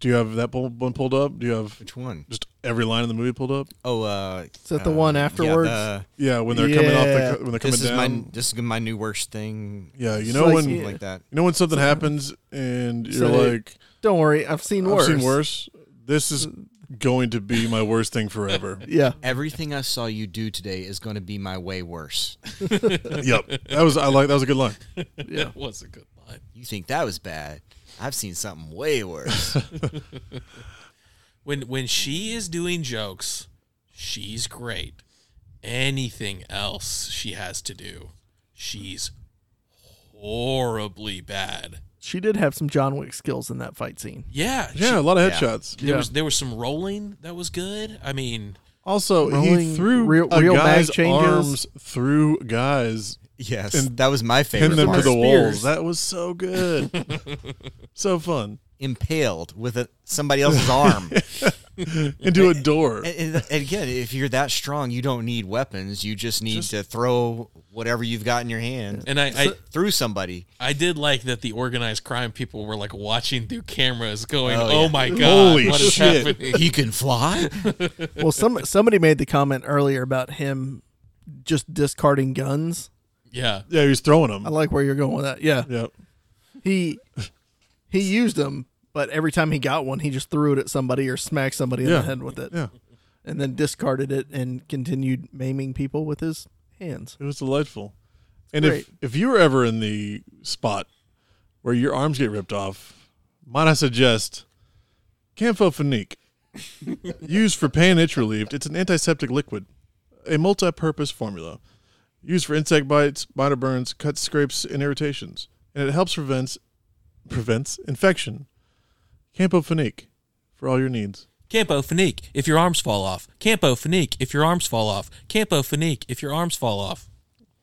S2: Do you have that pull- one pulled up? Do you have
S5: Which one?
S2: just every line in the movie pulled up?
S5: Oh, uh, is
S6: that the one afterwards?
S2: Yeah, when they're coming off
S6: Yeah.
S2: the co- when they're coming
S5: this is
S2: down.
S5: my this is my new worst thing.
S2: yeah, you
S6: It's
S2: know
S6: like-
S2: when
S6: Yeah.
S5: Like that.
S2: you know when something happens and you're
S6: So they-
S2: like,
S6: Don't worry, I've seen
S2: I've
S6: worse.
S2: seen worse. This is going to be my worst thing forever.
S6: Yeah.
S5: Everything I saw you do today is going to be my way worse.
S2: yep, that was I like that was a good line.
S4: That was a good line.
S5: You think that was bad? I've seen something way worse.
S4: When when she is doing jokes, she's great. Anything else she has to do, she's horribly bad.
S6: She did have some John Wick skills in that fight scene.
S4: Yeah, she-
S2: Yeah, a lot of
S5: Yeah.
S2: headshots.
S4: there was there was some rolling that was good. I mean,
S2: Also, he
S6: Rolling
S2: threw
S6: real-
S2: a
S6: real mag
S2: guy's
S6: changes.
S2: arms through guys,
S5: yes,
S2: And
S5: that was my
S2: pinned
S5: favorite
S2: them to
S5: part.
S2: the walls.
S6: Spears.
S2: That was so good, so fun
S5: Impaled with a, somebody else's arm.
S2: into a door.
S5: And, and- and again, if you're that strong, you don't need weapons. You just need to throw whatever you've got in your hand
S4: and I, I
S5: through somebody.
S4: I did like that the organized crime people were like watching through cameras, going, "Oh,
S5: Oh, yeah.
S4: my god,
S2: Holy
S4: what is
S2: shit.
S4: happening?"
S5: You can fly.
S6: Well, some somebody made the comment earlier about him just discarding guns.
S4: Yeah,
S2: Yeah, he was throwing them.
S6: I like where you're going with that. Yeah.
S2: yep.
S6: He he used them, but every time he got one, he just threw it at somebody or smacked somebody in
S2: Yeah.
S6: the head with it.
S2: Yeah.
S6: And then discarded it and continued maiming people with his hands.
S2: It was delightful. and if
S6: great.
S2: if you were ever in the spot where your arms get ripped off, might I suggest camphofenique, used for pain and itch relief. It's an antiseptic liquid, a multi-purpose formula used for insect bites, biter burns, cuts, scrapes, and irritations, and it helps prevents prevents infection. Camphofenique for all your needs.
S4: Campo Fanique, if your arms fall off. Campo Fanique, if your arms fall off. Campo Fanique, if your arms fall off.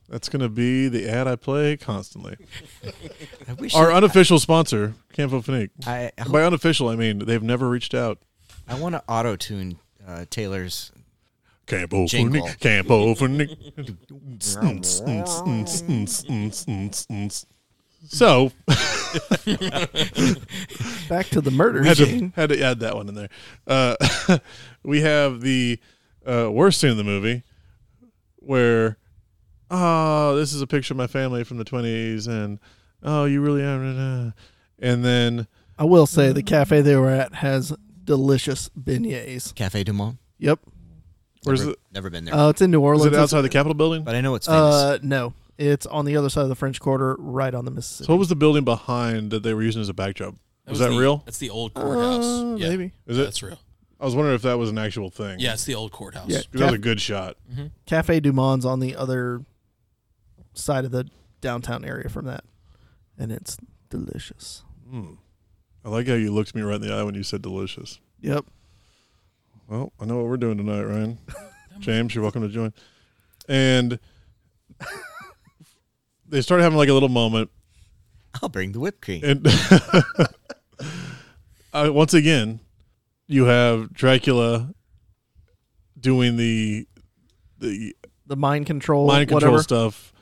S2: That's going to be the ad I play constantly.
S5: I wish
S2: Our unofficial sponsor, Camphofenique.
S5: I, I,
S2: By unofficial, I mean they've never reached out.
S5: I want to auto tune uh, Taylor's.
S2: Campo
S5: Jingle.
S2: Funic, Campo Funic. So
S6: Back to the murder
S2: had
S6: scene.
S2: to, had to add that one in there. Uh, we have the uh, worst scene in the movie where, oh, this is a picture of my family from the 20s, and oh, you really are. nah, nah." And then,
S6: I will say
S2: Mm-hmm.
S6: the cafe they were at has delicious beignets.
S5: Cafe Du Monde.
S6: Yep.
S2: where's
S5: never,
S2: it?
S5: never been there,
S6: Uh, it's in New
S2: Is
S6: Orleans.
S2: it
S6: It's-
S2: outside the Capitol building?
S5: but I know it's famous.
S6: Uh, no, it's on the other side of the French Quarter, right on the Mississippi.
S2: So, what was the building behind that they were using as a backdrop? Was that
S4: the-
S2: real?
S4: That's the old courthouse.
S6: Uh,
S4: yeah,
S6: maybe.
S2: Is it?
S4: That's real.
S2: I was wondering if that was an actual thing.
S4: Yeah, it's the old courthouse.
S6: Yeah.
S2: That was a good shot.
S6: Cafe Du Monde's on the other side of the downtown area from that, and it's delicious.
S2: I like how you looked me right in the eye when you said delicious.
S6: Yep.
S2: Well, I know what we're doing tonight, Ryan. James, you're welcome to join. And they started having like a little moment,
S5: I'll bring the whipped cream.
S2: and uh, once again, you have Dracula doing the the
S6: The mind control,
S2: mind control
S6: whatever.
S2: stuff.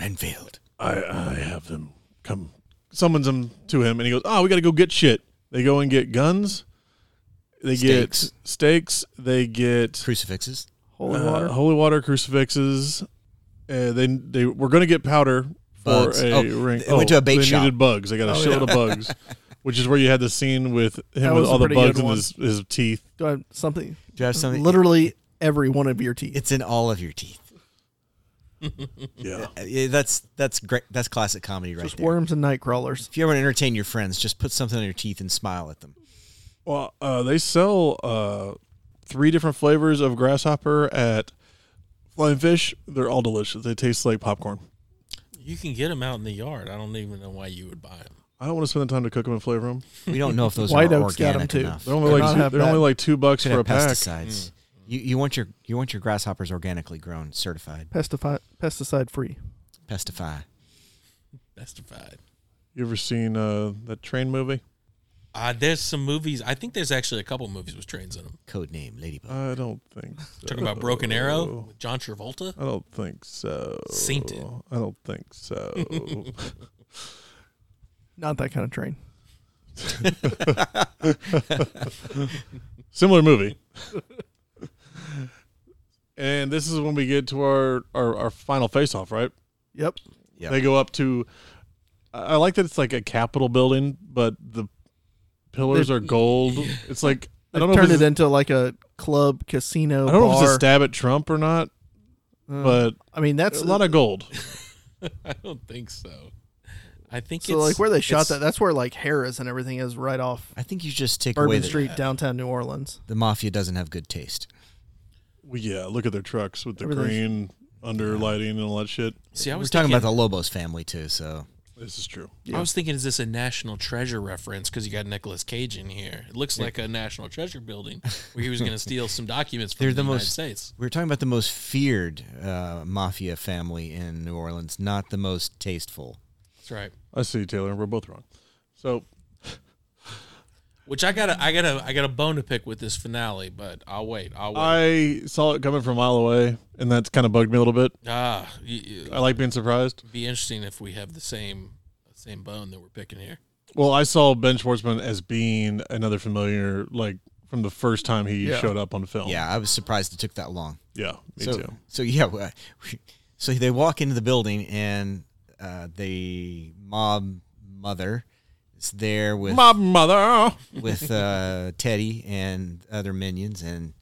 S5: Renfield.
S2: I, I have them come summons them to him and he goes, Oh, we gotta go get shit. They go and get guns. They
S5: Stakes.
S2: get stakes. They get
S5: Crucifixes.
S6: Holy
S2: uh,
S6: water.
S2: holy water crucifixes. Uh, they they were gonna get powder for
S5: Bugs.
S2: a
S5: Oh,
S2: ring.
S5: they went to a bait
S2: they
S5: shop.
S2: needed bugs. They got a
S6: Oh,
S2: shitload of bugs, which is where you had the scene with him
S6: That
S2: with
S6: was a
S2: all the
S6: pretty good
S2: bugs in
S6: one.
S2: his, his teeth.
S6: Do I have something?
S5: Do you have something?
S6: Literally every one of your teeth.
S5: It's in all of your teeth.
S2: Yeah,
S5: Uh, yeah, That's that's great. That's classic comedy right
S6: Just
S5: there.
S6: worms and night crawlers.
S5: If you ever want to entertain your friends, just put something on your teeth and smile at them.
S2: Well, uh, they sell uh, three different flavors of grasshopper at Flying Fish. They're all delicious. They taste like popcorn.
S4: You can get them out in the yard. I don't even know why you would buy them.
S2: I don't want to spend the time to cook them and flavor them.
S5: We don't know if those
S6: White
S5: are
S6: Oaks got 'em
S5: organic
S6: too.
S5: enough.
S2: They're only
S6: Could
S2: like
S6: not have
S2: they're only
S6: that.
S2: like two bucks
S5: Could
S2: for
S5: have
S2: a pack.
S5: pesticides. You you want your you want your grasshoppers organically grown, certified,
S6: Pesticide, pesticide free.
S5: pestify.
S4: Bestified.
S2: You ever seen uh, that train movie?
S4: Uh, there's some movies. I think there's actually a couple movies with trains in them.
S5: Code name Ladybug.
S6: Uh,
S2: I don't think. So.
S4: Talking about Broken
S6: Oh.
S4: Arrow with John Travolta.
S2: I don't think so.
S4: Sainted.
S2: I don't think so.
S6: Not that kind of train.
S2: Similar movie. and this is when we get to our our, our final face off, right?
S6: Yep.
S5: Yep.
S2: They go up to. I I like that it's like a Capitol building, but the pillars
S6: They-
S2: are gold. It's like I
S6: They
S2: don't know.
S6: turned
S2: if
S6: it
S2: it's,
S6: into like a club casino.
S2: I don't know if it's
S6: bar.
S2: a stab at Trump or not,
S6: Uh,
S2: but
S6: I mean, that's
S2: it's a lot of gold.
S4: I don't think so. I think
S6: So
S4: it's
S6: like where they shot
S4: it's-
S6: that, that's where like Harris and everything is right off
S5: I think you just take away
S6: Bourbon
S5: that
S6: Street, downtown New Orleans.
S5: the mafia doesn't have good taste.
S2: Well, yeah, look at their trucks with the
S6: Everything's-
S2: green under lighting and all that shit.
S4: See, I
S5: We're
S4: was
S5: talking
S4: thinking-
S5: about the Lobos family too, so
S2: This is true.
S6: Yeah.
S4: I was thinking, is this a National Treasure reference? Because you got Nicolas Cage in here. It looks like a National Treasure building where he was going to steal some documents from
S5: They're
S4: the,
S5: the
S4: United
S5: most-
S4: States.
S5: we are talking about the most feared uh, mafia family in New Orleans, not the most tasteful.
S4: That's right.
S2: I see, Taylor. We're both wrong. So
S4: Which I gotta, I gotta, I got a bone to pick with this finale, but I'll wait. I'll wait.
S2: I saw it coming from a mile away, and that's kind of bugged me a little bit.
S4: ah, y- y-
S2: I like being surprised.
S4: it'd be interesting if we have the same, same bone that we're picking here.
S2: Well, I saw Ben Schwartzman as being another familiar, like from the first time he
S6: Yeah.
S2: showed up on film.
S5: Yeah, I was surprised it took that long.
S2: yeah, Oh. me
S5: so,
S2: too.
S5: So yeah, we- we- so they walk into the building and uh, the mob mother is there with
S2: My mother.
S5: with uh, Teddy and other minions, and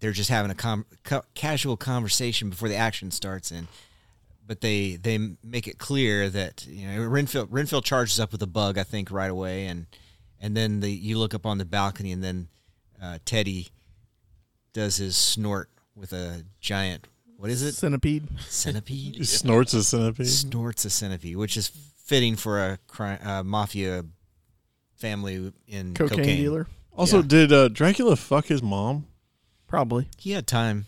S5: they're just having a com- ca- casual conversation before the action starts. And but they they make it clear that you know Renfield Renfield charges up with a bug, I think, right away, and and then the you look up on the balcony, and then uh, Teddy does his snort with a giant what is it
S6: Centipede.
S2: He
S5: centipede
S2: snorts a centipede.
S5: snorts a centipede, which is fitting for a crime, uh, mafia family in
S6: Cocaine, dealer.
S2: Also,
S5: Yeah.
S2: did uh, Dracula fuck his mom?
S6: Probably.
S5: He had time.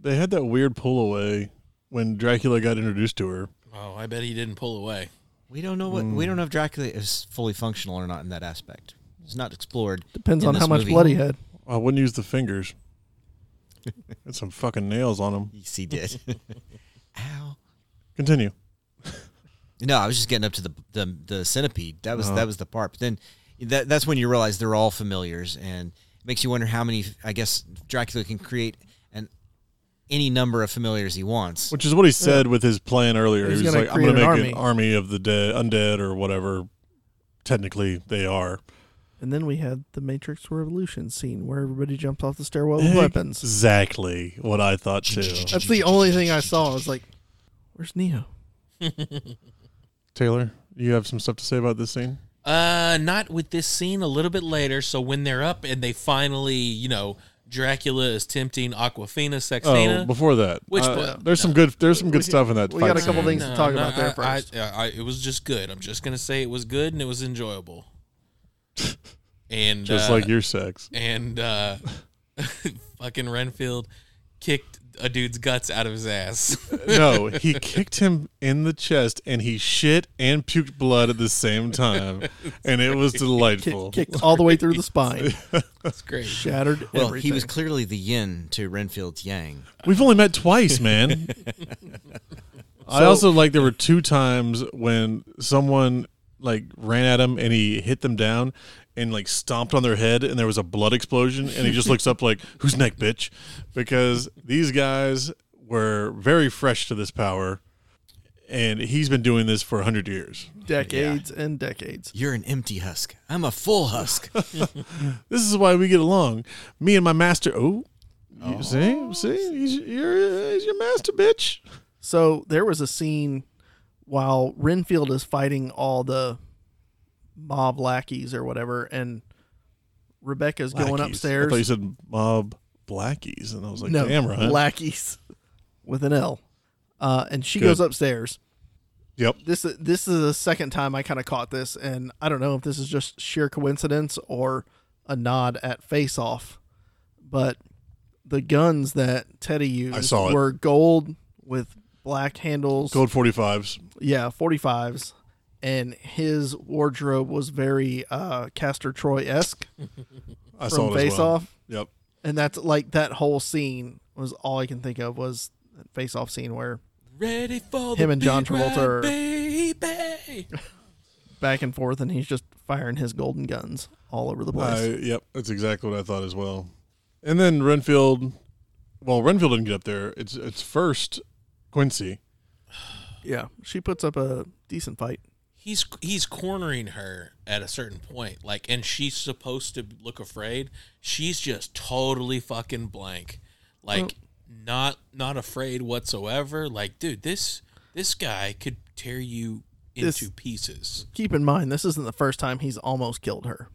S2: They had that weird pull away when Dracula got introduced to her.
S4: Oh, I bet he didn't pull away.
S5: We don't know what
S6: Hmm.
S5: we don't know if Dracula is fully functional or not in that aspect. It's not explored.
S6: Depends
S5: in
S6: on
S5: this
S6: how much
S5: movie.
S6: blood he had.
S2: I wouldn't use the fingers. Got some fucking nails on him.
S5: Yes, he did. Ow.
S2: Continue.
S5: No, I was just getting up to the the, the centipede. That was
S2: Uh-huh.
S5: that was the part. But then that that's when you realize they're all familiars, and it makes you wonder how many. I guess Dracula can create an any number of familiars he wants.
S2: Which is what he said with his plan earlier.
S6: He's
S2: he was
S6: gonna
S2: like, "I'm
S6: create
S2: going to make
S6: an
S2: an army of the dead, undead, or whatever. Technically, they are
S6: And then we had the Matrix Revolution scene where everybody jumped off the stairwell with weapons.
S2: Exactly what I thought too.
S6: That's the only thing I saw. I was like, where's Neo?
S2: Taylor, you have some stuff to say about this scene?
S4: Uh, not with this scene. A little bit later. So when they're up and they finally, you know, Dracula is tempting Aquafina Sextina.
S2: Oh, before that,
S4: Which
S2: Uh,
S4: book?
S2: there's some good. There's some good
S6: We-
S2: stuff in that.
S6: we
S2: fight
S6: got a
S2: scene.
S6: couple things to talk about there
S4: I- I-
S6: first.
S4: I- it was just good. I'm just gonna say it was good and it was enjoyable. And
S2: just
S4: uh,
S2: like your sex.
S4: and uh, fucking Renfield kicked a dude's guts out of his ass.
S2: No, he kicked him in the chest, and he shit and puked blood at the same time, and it was
S6: Kick,
S2: delightful.
S6: kicked all the way through the spine,
S4: That's great.
S6: shattered
S5: Well,
S6: everything.
S5: he was clearly the yin to Renfield's yang.
S2: We've only met twice, man. I
S6: So-
S2: also like there were two times when someone like ran at him and he hit them down and like stomped on their head and there was a blood explosion and he just looks up like who's neck bitch because these guys were very fresh to this power and he's been doing this for 100 years.
S6: decades and decades.
S5: You're an empty husk. I'm a full husk.
S2: This is why we get along. Me and my master oh, you see? See? He's, you're, he's your master bitch.
S6: So there was a scene while Renfield is fighting all the mob lackeys or whatever, and Rebecca's going
S2: Blackies. I
S6: upstairs.
S2: thought you said mob blackies, and I was like,
S6: no,
S2: damn right.
S6: lackeys with an L. Uh, and she
S2: Good.
S6: goes upstairs.
S2: yep.
S6: This this is the second time I kind of caught this, and I don't know if this is just sheer coincidence or a nod at Face Off, but the guns that Teddy used
S2: saw it.
S6: were gold with black handles.
S2: Gold 45s.
S6: Yeah, 45s. And his wardrobe was very uh, Castor Troy esque
S2: I saw
S6: from
S2: it as
S6: Face
S2: well.
S6: Off.
S2: Yep.
S6: And that's like that whole scene was all I can think of was that Face Off scene where
S4: Ready for
S6: Him
S4: the
S6: and John
S4: big ride,
S6: Travolta are-
S4: baby.
S6: back and forth and he's just firing his golden guns all over the place.
S2: I, yep. That's exactly what I thought as well. And then Renfield. Well, Renfield didn't get up there. It's it's first Quincy. Oh,
S6: yeah, she puts up a decent fight.
S4: He's he's cornering her at a certain point, like, and she's supposed to look afraid. She's just totally fucking blank, like, not not afraid whatsoever. Like, dude, this this guy could tear you
S6: This-
S4: into pieces.
S6: Keep in mind, this isn't the first time he's almost killed her.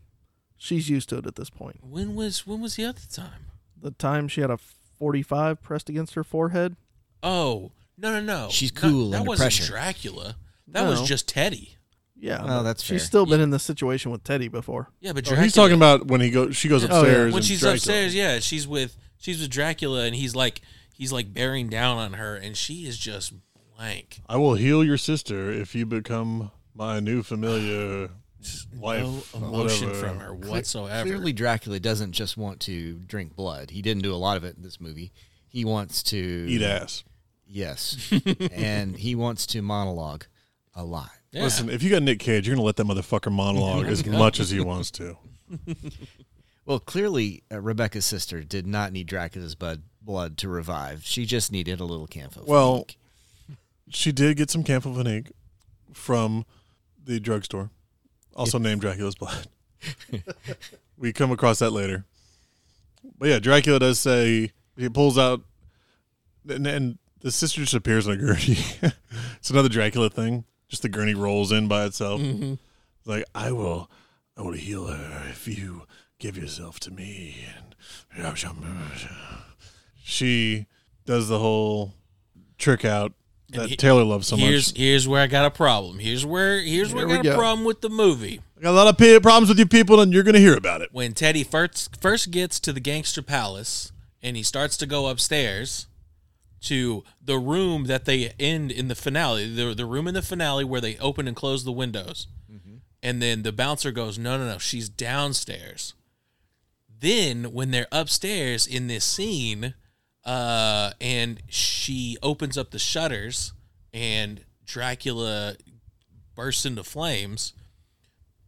S6: She's used to it at this point.
S4: When was when was the other time?
S6: The time she had a 45 pressed against her forehead.
S4: Oh no no no!
S5: She's
S4: Not-
S5: cool
S4: that
S5: under
S4: wasn't
S5: pressure.
S4: Dracula. That was
S6: No.
S4: just Teddy.
S6: Yeah,
S5: Well,
S6: but
S5: Oh, that's
S6: she's
S5: fair.
S6: still been in this situation with Teddy before.
S4: Yeah, but
S2: Oh,
S4: Dracula,
S2: he's talking about when he goes. She goes
S6: Oh, yeah.
S2: upstairs.
S6: When
S4: when
S2: and
S4: she's
S2: Dracula-
S4: upstairs. Yeah, she's with she's with Dracula, and he's like he's like bearing down on her, and she is just blank.
S2: I will heal your sister if you become my new familiar wife.
S4: No emotion
S2: uh, whatever.
S4: from her whatsoever.
S5: Clearly, Dracula doesn't just want to drink blood. He didn't do a lot of it in this movie. He wants to
S2: Eat ass.
S5: Yes, and he wants to monologue a lot.
S4: Yeah.
S2: Listen, if you got Nick Cage, you're gonna let that motherfucker monologue as much as he wants to.
S5: Well, clearly, uh, Rebecca's sister did not need Dracula's blood blood to revive. She just needed a little camphor.
S2: Well, she did get some camphophonique from the drugstore, also named Dracula's Blood. we come across that later. But yeah, Dracula does say he pulls out, and, and the sister just appears on a gurney. it's another Dracula thing. Just the gurney rolls in by itself.
S4: Mm-hmm.
S2: It's Like I will, I will heal her if you give yourself to me. And she does the whole trick out that
S4: he-
S2: Taylor loves so
S4: here's
S2: much.
S4: here's where I got a problem. Here's where here's where
S6: Here we
S4: I got a
S6: go.
S4: problem with the movie.
S2: I got a lot of p- problems with you people, and you're going to hear about it.
S4: When Teddy first first gets to the gangster palace, and he starts to go upstairs. To the room that they end in the finale, the, the room in the finale where they open and close the windows. And then the bouncer goes, No, no, no, she's downstairs. Then, when they're upstairs in this scene, uh, and she opens up the shutters and Dracula bursts into flames,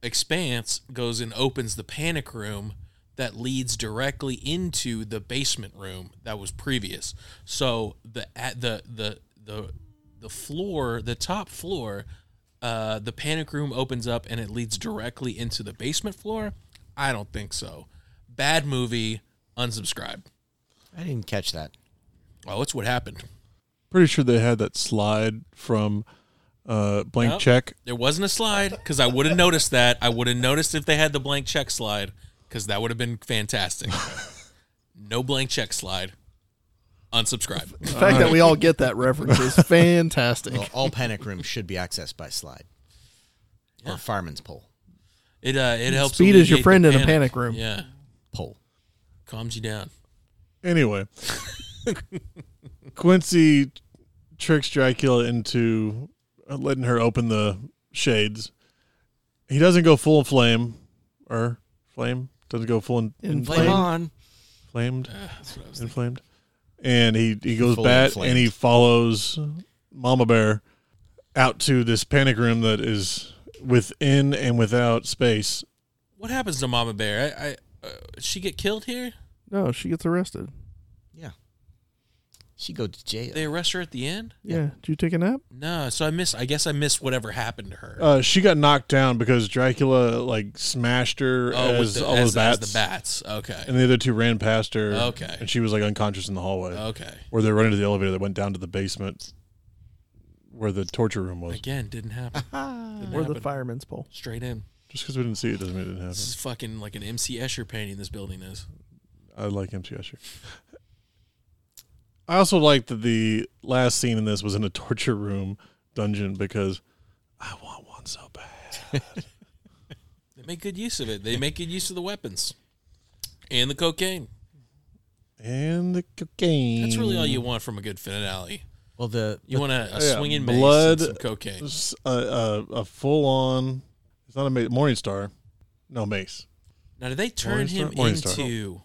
S4: Expanse goes and opens the panic room that leads directly into the basement room that was previous. So the at the the the the floor, the top floor, uh, the panic room opens up and it leads directly into the basement floor. I don't think so. Bad movie. Unsubscribe.
S5: I didn't catch that.
S4: Oh, it's what happened.
S2: Pretty sure they had that slide from uh, Blank
S4: Yep.
S2: Check.
S4: There wasn't a slide because I would have noticed that. I would have noticed if they had the blank check slide because that would have been fantastic. no blank check slide. Unsubscribe.
S6: The fact that we all get that reference is fantastic.
S5: Well, all panic rooms should be accessed by slide or fireman's pole.
S4: It uh, it helps.
S6: Speed is your
S4: alleviate the
S6: friend in a panic room.
S4: Yeah,
S5: Pole.
S4: calms you down.
S2: Anyway, Quincy tricks Dracula into uh, letting her open the shades. He doesn't go full flame or flame, doesn't go full in,
S6: In
S5: Flame
S6: Flame.
S5: on.
S2: inflamed,
S4: Ah, That's what I was
S2: inflamed. And he, he goes
S5: Full
S2: bat
S5: inflamed.
S2: and he follows Mama Bear out to this panic room that is within and without space.
S4: What happens to Mama Bear? I, I uh, she get killed here?
S6: No, she gets arrested.
S5: Yeah. She go to jail.
S4: They arrest her at the end?
S6: Yeah. Did you take a nap?
S4: No, so I miss. I guess I missed whatever happened to her.
S2: Uh, she got knocked down because Dracula like smashed her
S4: oh,
S2: as
S4: with the,
S2: all
S4: as,
S2: those bats.
S4: as the bats. Okay,
S2: and the other two ran past her.
S4: Okay.
S2: And she was like unconscious in the hallway.
S4: okay.
S2: Or they are running to the elevator that went down to the basement where the torture room was.
S4: Again, didn't happen. Didn't
S6: Or the
S4: happen.
S6: fireman's pole?
S4: Straight in.
S2: Just because we didn't see it doesn't mean it didn't happen.
S4: This is fucking like an MC Escher painting. This building is.
S2: I like MC Escher. I also like that the last scene in this was in a torture room dungeon because I want one so bad.
S4: They make good use of it. They make good use of the weapons and the cocaine.
S2: And the cocaine.
S4: That's really all you want from a good finale.
S5: well, the
S4: You want a, a
S2: Yeah,
S4: swinging
S2: blood-
S4: mace and some cocaine.
S2: S- A, a, a full on. It's not a ma- Morning Star. No, Mace.
S4: Now, did they turn
S2: Morningstar-
S4: him
S2: Morningstar.
S4: into?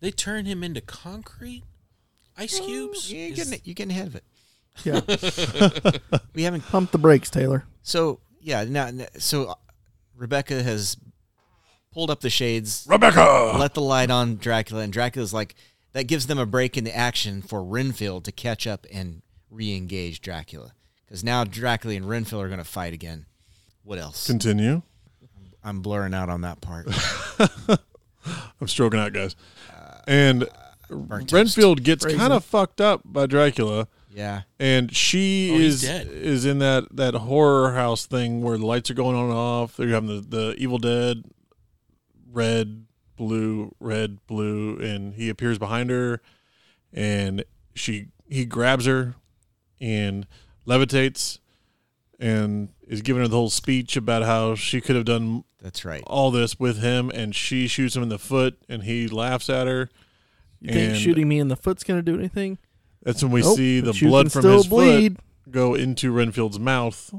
S4: They turn him into concrete, ice cubes.
S5: You're
S4: Is-
S5: getting, it- you're getting ahead of it.
S6: Yeah.
S5: We haven't
S6: Pump the brakes, Taylor.
S5: So yeah, now now- so uh, Rebecca has pulled up the shades,
S1: Rebecca!
S5: let the light on Dracula, and Dracula's like that gives them a break in the action for Renfield to catch up and re-engage Dracula because now Dracula and Renfield are going to fight again. What else?
S2: Continue.
S5: I'm blurring out on that part.
S2: I'm stroking out, guys. And
S5: burnt
S2: Renfield gets kind of fucked up by Dracula,
S5: Yeah,
S2: and she
S4: Oh, he's
S2: is
S4: dead.
S2: is in that that horror house thing where the lights are going on and off. They're having the, the Evil Dead, red, blue, red, blue, and he appears behind her, and she he grabs her, and levitates, and is giving her the whole speech about how she could have done
S5: that's right.
S2: all this with him, and she shoots him in the foot, and he laughs at her.
S6: You think
S2: And-
S6: shooting me in the foot's going to do anything?
S2: That's when we
S6: Nope,
S2: see
S6: but
S2: the
S6: you can
S2: blood from
S6: still
S2: his
S6: bleed.
S2: foot go into Renfield's mouth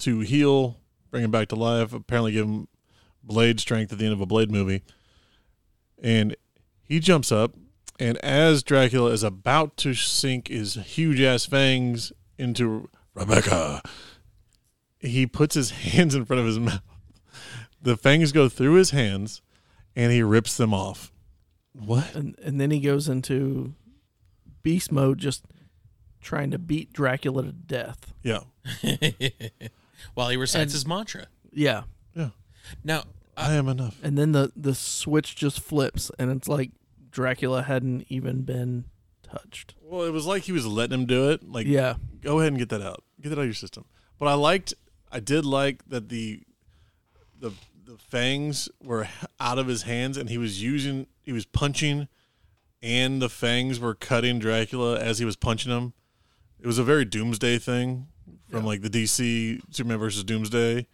S2: to heal, bring him back to life. Apparently, give him blade strength at the end of a Blade movie. And he jumps up, and as Dracula is about to sink his huge ass fangs into Rebecca, he puts his hands in front of his mouth. The fangs go through his hands, and he rips them off. What?
S6: And and then he goes into beast mode, just trying to beat Dracula to death.
S2: Yeah.
S4: While he recites his mantra.
S6: Yeah.
S2: Yeah.
S4: Now, I,
S2: I am enough.
S6: And then the the switch just flips, and it's like Dracula hadn't even been touched.
S2: Well, it was like he was letting him do it. Like,
S6: Yeah.
S2: go ahead and get that out, get that out of your system. But I liked, I did like that the, the the fangs were out of his hands, and he was using, he was punching, and the fangs were cutting Dracula as he was punching him. It was a very Doomsday thing from like the DC Superman versus Doomsday,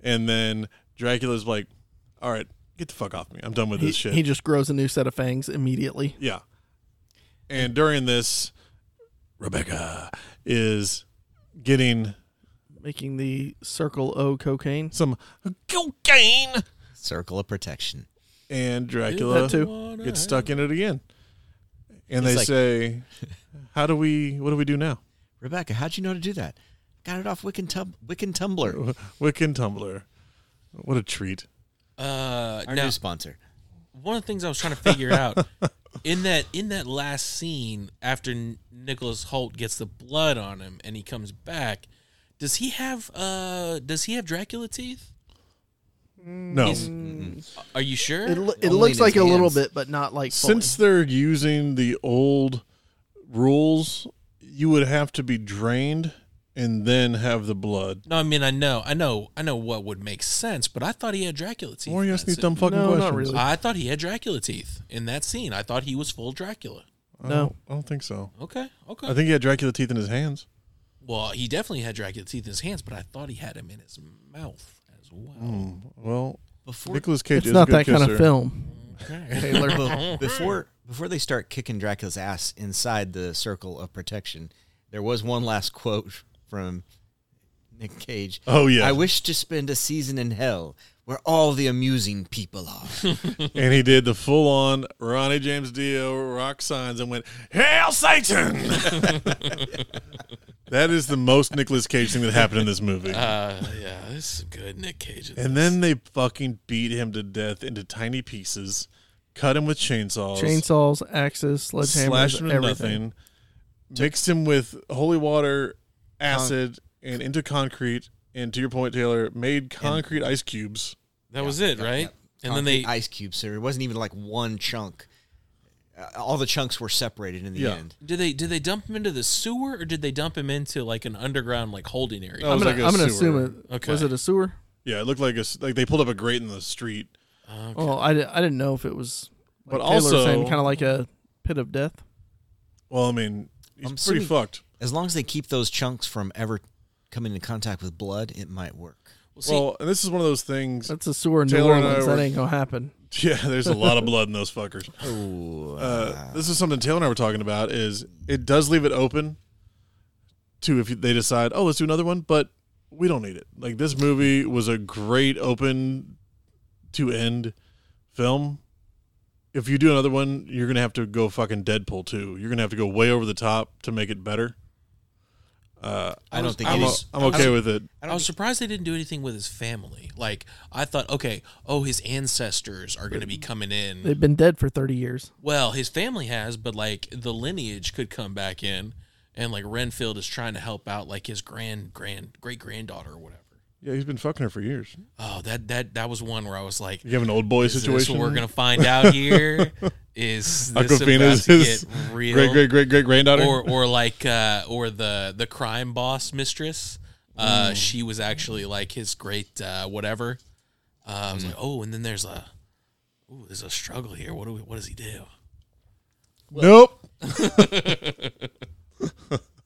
S2: and then Dracula's like, "All right, get the fuck off me. I'm done with
S6: He,
S2: this shit."
S6: he just grows a new set of fangs immediately.
S2: Yeah. And during this, Rebecca is getting
S6: making the circle O cocaine.
S2: some cocaine,
S5: Circle of protection.
S2: and Dracula
S6: That too.
S2: gets stuck in it again. And
S5: It's
S2: they
S5: like-
S2: say, "How do we? What do we do now?"
S5: Rebecca, how'd you know to do that? Got it off Wiccan, Tum- Wiccan Tumblr,
S2: Wiccan Tumblr. What a treat!
S4: uh,
S5: our
S4: now
S5: new sponsor.
S4: one of the things I was trying to figure out in that in that last scene after N- Nicholas Holt gets the blood on him and he comes back, does he have uh does he have Dracula teeth?
S2: No,
S4: Are you sure?
S6: It, lo- it
S5: Only
S6: looks
S5: in
S6: like
S5: his
S6: a little
S5: hands.
S6: bit, but not like fully.
S2: since they're using the old rules, you would have to be drained and then have the blood.
S4: No, I mean I know, I know, I know what would make sense, but I thought he had Dracula teeth.
S2: Why are you
S4: in
S2: asking
S4: that
S2: these dumb
S4: scene.
S2: fucking
S6: No, not
S2: questions?
S6: really.
S4: I thought he had Dracula teeth in that scene. I thought he was full Dracula.
S2: I
S6: No.
S2: don't, I don't think so.
S4: Okay, okay.
S2: I think he had Dracula teeth in his hands.
S4: well, he definitely had Dracula teeth in his hands, but I thought he had him in his mouth as well.
S2: Well,
S5: Before
S2: Nicholas Cage
S6: It's
S2: is
S6: not
S2: a good
S6: that kind
S2: kisser.
S6: of film.
S4: Okay.
S5: Be- before before they start kicking Dracula's ass inside the circle of protection, there was one last quote from Nick Cage.
S2: Oh, yeah.
S5: I wish to spend a season in hell where all the amusing people are.
S2: and he did the full on Ronnie James Dio rock signs and went, Hail Satan! that is the most Nicolas Cage thing that happened in this movie.
S4: Uh, yeah, this is good, Nick Cage. in
S2: and
S4: this.
S2: then they fucking beat him to death into tiny pieces, cut him with chainsaws,
S6: Chainsaws, axes,
S2: slashed
S6: sledgehammers,
S2: him with
S6: everything.
S2: nothing, mixed him with holy water, acid, and into concrete. And to your point, Taylor, made concrete ice cubes.
S4: that was it, right? And then
S5: Concrete
S4: they
S5: ice cubes. So it wasn't even like one chunk. Uh, all the chunks were separated in the
S2: Yeah.
S5: end.
S4: did they did they dump him into the sewer or did they dump him into like an underground like holding area?
S2: That
S6: I'm
S2: was
S6: gonna,
S2: like a
S6: I'm gonna
S2: sewer.
S6: assume it.
S4: Okay.
S6: Was it a sewer?
S2: Yeah, it looked like a s like they pulled up a grate in the street.
S6: Oh, I, di- I didn't know if it was.
S2: But
S6: Like Taylor was
S2: also-
S6: saying kind of like a pit of death.
S2: Well, I mean, he's
S5: I'm
S2: pretty
S5: assuming-
S2: fucked.
S5: As long as they keep those chunks from ever coming into contact with blood, it might work.
S4: Well, see,
S2: well, and this is one of those things.
S6: That's a sewer in
S2: Taylor and
S6: New
S2: I
S6: Orleans.
S2: were-
S6: That ain't gonna happen.
S2: Yeah, there's a lot of blood in those fuckers.
S5: Oh,
S2: Uh, this is something Taylor and I were talking about. Is it does leave it open to if they decide, oh, let's do another one, but we don't need it. Like this movie was a great open to end film. If you do another one, you're gonna have to go fucking Deadpool too. You're gonna have to go way over the top to make it better. Uh,
S5: I don't think
S2: I'm,
S5: it
S2: o-
S5: is.
S2: I'm okay with it.
S4: I, was surprised they didn't do anything with his family. Like I thought, okay, oh, his ancestors are going to be coming
S2: Hmm.
S4: in.
S6: They've been dead for 30 years.
S4: Well, his family has, but like the lineage could come back in, and like Renfield is trying to help out like his grand grand great granddaughter or whatever.
S2: Yeah, he's been fucking her for years.
S4: Oh, that that that was one where I was like,
S2: You have an old boy
S4: is
S2: situation.
S4: this what we're gonna find out here? is this about
S2: Aquafina's
S4: to
S2: his
S4: get real?
S2: great great great great granddaughter.
S4: or or like uh, or the the crime boss mistress. Uh,
S2: Mm.
S4: She was actually like his great uh, whatever. Uh, I
S2: Mm.
S4: was like, oh, and then there's a, ooh, there's a struggle here. What do we? What does he do?
S2: nope.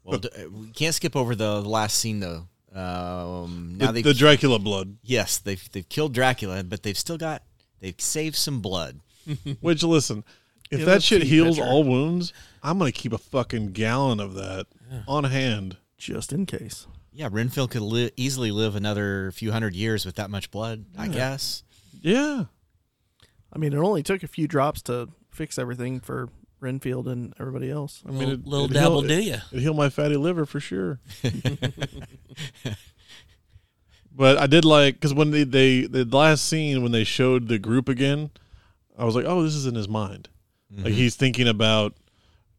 S5: Well, d- uh, we can't skip over the the last scene though. Um, now
S2: The,
S5: they
S2: the Dracula blood,
S5: yes they've they've killed Dracula, but they've still got they've saved some blood.
S2: which listen, if
S6: Yeah,
S2: that
S6: let's
S2: shit
S6: see,
S2: heals
S6: Petra.
S2: all wounds, I'm gonna keep a fucking gallon of that on hand.
S6: Just in case.
S5: Yeah, Renfield could li- easily live another few hundred years with that much blood. I guess
S2: Yeah,
S6: I mean, it only took a few drops to fix everything for Renfield and everybody else.
S2: I mean,
S4: Little-
S2: it,
S4: little
S2: it
S4: dabble
S2: heal-
S4: do
S2: it-
S4: ya.
S2: It healed my fatty liver for sure. but I did like because when they, they the last scene when they showed the group again, I was like, oh, this is in his mind.
S4: Mm-hmm.
S2: Like he's thinking about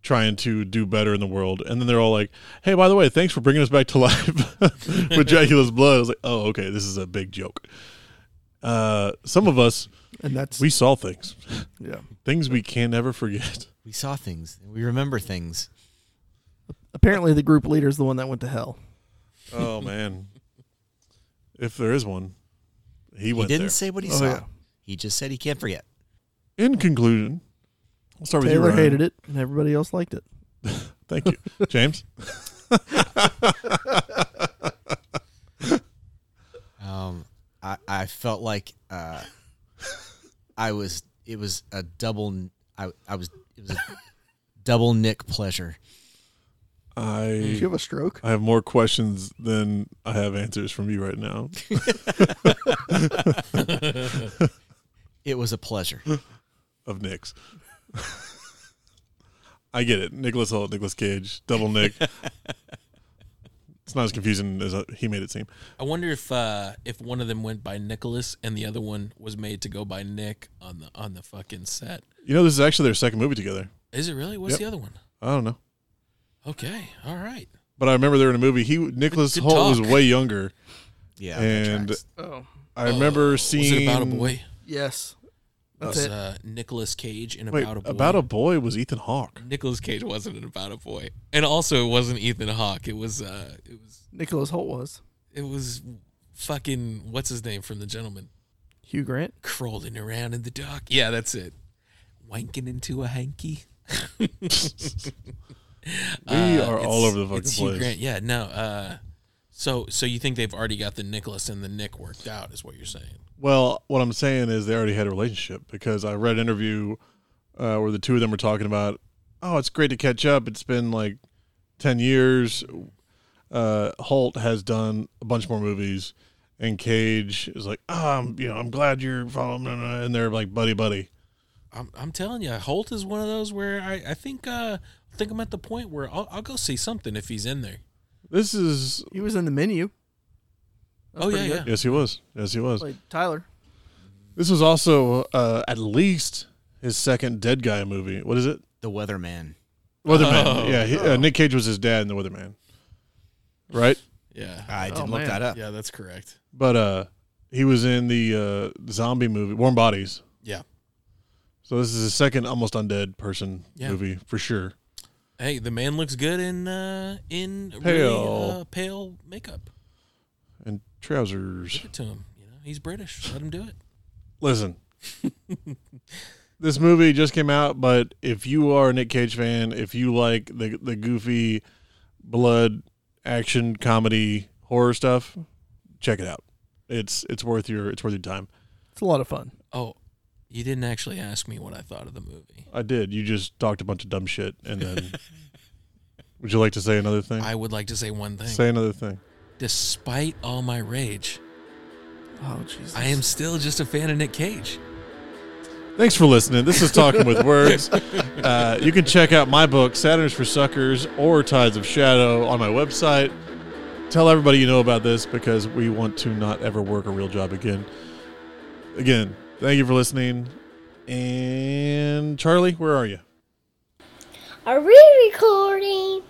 S2: trying to do better in the world, and then they're all like, hey, by the way, thanks for bringing us back to life with Dracula's blood. I was like, oh, okay, this is a big joke. Uh, some of us
S6: And that's
S2: we saw things,
S6: yeah.
S2: things we can never forget.
S5: we saw things, we remember things.
S6: Apparently, the group leader is the one that went to hell.
S2: Oh man, if there is one, he
S5: He
S2: went
S5: didn't
S2: there.
S5: say what he
S6: Oh,
S5: saw.
S6: yeah.
S5: He just said he can't forget.
S2: In conclusion, I'll start with
S6: Taylor
S2: you. Ryan.
S6: hated it, and everybody else liked it.
S2: Thank you, James.
S5: Um, I I felt like uh, I was it was a double. I I was it was a double Nick pleasure.
S2: I
S6: have a stroke?
S2: I have more questions than I have answers from you right now.
S5: It was a pleasure.
S2: Of Nick's, I get it. Nicholas Holt, Nicholas Cage, double Nick. it's not as confusing as uh, he made it seem.
S4: I wonder if uh, if one of them went by Nicholas and the other one was made to go by Nick on the on the fucking set.
S2: You know, this is actually their second movie together.
S4: Is it really? What's
S2: Yep.
S4: the other one?
S2: I don't know.
S4: Okay, all right.
S2: But I remember they were in a movie. He Nicholas
S4: Good
S2: Holt was
S4: talk.
S2: way younger.
S5: Yeah, that
S2: And
S5: tracks.
S6: Oh,
S2: I remember
S4: Was
S2: seeing
S4: it about a boy?
S6: yes. That's
S4: was
S6: it.
S4: uh, Nicholas Cage in
S2: Wait,
S4: About a Boy.
S2: about a boy was Ethan Hawke.
S4: Nicholas Cage wasn't in About a Boy, and also it wasn't Ethan Hawke. It was uh, it was
S6: Nicholas Holt was
S4: it was fucking what's his name from The Gentleman
S6: Hugh Grant.
S4: crawling around in the dark. Yeah, that's it. Wanking into a hanky. we
S2: We are all over the fucking
S4: Uh, it's Hugh
S2: place.
S4: Grant. Yeah, no. Uh, so so you think they've already got the Nicholas and the Nick worked out? Is what you're saying?
S2: Well, what I'm saying is they already had a relationship because I read an interview uh, where the two of them were talking about, oh, it's great to catch up. It's been like 10 years. Uh, Holt has done a bunch more movies, and Cage is like, oh, I'm, you know, I'm glad you're following, me," and they're like buddy buddy.
S4: I'm, I'm telling you, Holt is one of those where I, I think uh, I think I'm at the point where I'll, I'll go see something if he's in there.
S2: This is
S6: He was in the menu. That's
S4: oh yeah,
S6: pretty good.
S4: yeah.
S2: yes, he was, yes, he was.
S6: Played Tyler.
S2: This was also uh, at least his second dead guy movie. What is it?
S5: The Weatherman.
S2: Weatherman.
S4: Oh.
S2: yeah, he, uh, Nick Cage was his dad in The Weatherman, right?
S4: yeah,
S2: Ah,
S5: I didn't
S6: Oh,
S5: look
S6: man.
S5: that up.
S4: yeah. That's correct.
S2: But uh he was in the uh zombie movie Warm Bodies.
S4: Yeah.
S2: So this is his second almost undead person
S4: Yeah.
S2: movie for sure.
S4: Hey, the man looks good in uh, in
S2: Pale.
S4: really, uh, pale makeup.
S2: And trousers.
S4: Give it to him. You know, he's British. Let him do it.
S2: Listen. this movie just came out, but if you are a Nick Cage fan, if you like the the goofy blood action comedy horror stuff, check it out. It's it's worth your it's worth your time.
S6: It's a lot of fun.
S4: Oh, you didn't actually ask me what I thought of the movie.
S2: I did. You just talked a bunch of dumb shit and then Would you like to say another thing?
S4: I would like to say one thing.
S2: say another thing.
S4: Despite all my rage,
S6: Oh Jesus.
S4: I am still just a fan of Nick Cage.
S2: Thanks for listening. This is Talking with Words. Uh, you can check out my book, Saturn's for Suckers or Tides of Shadow, on my website. Tell everybody you know about this because we want to not ever work a real job again. Again, thank you for listening. And Charlie, where are you?
S7: Are we recording?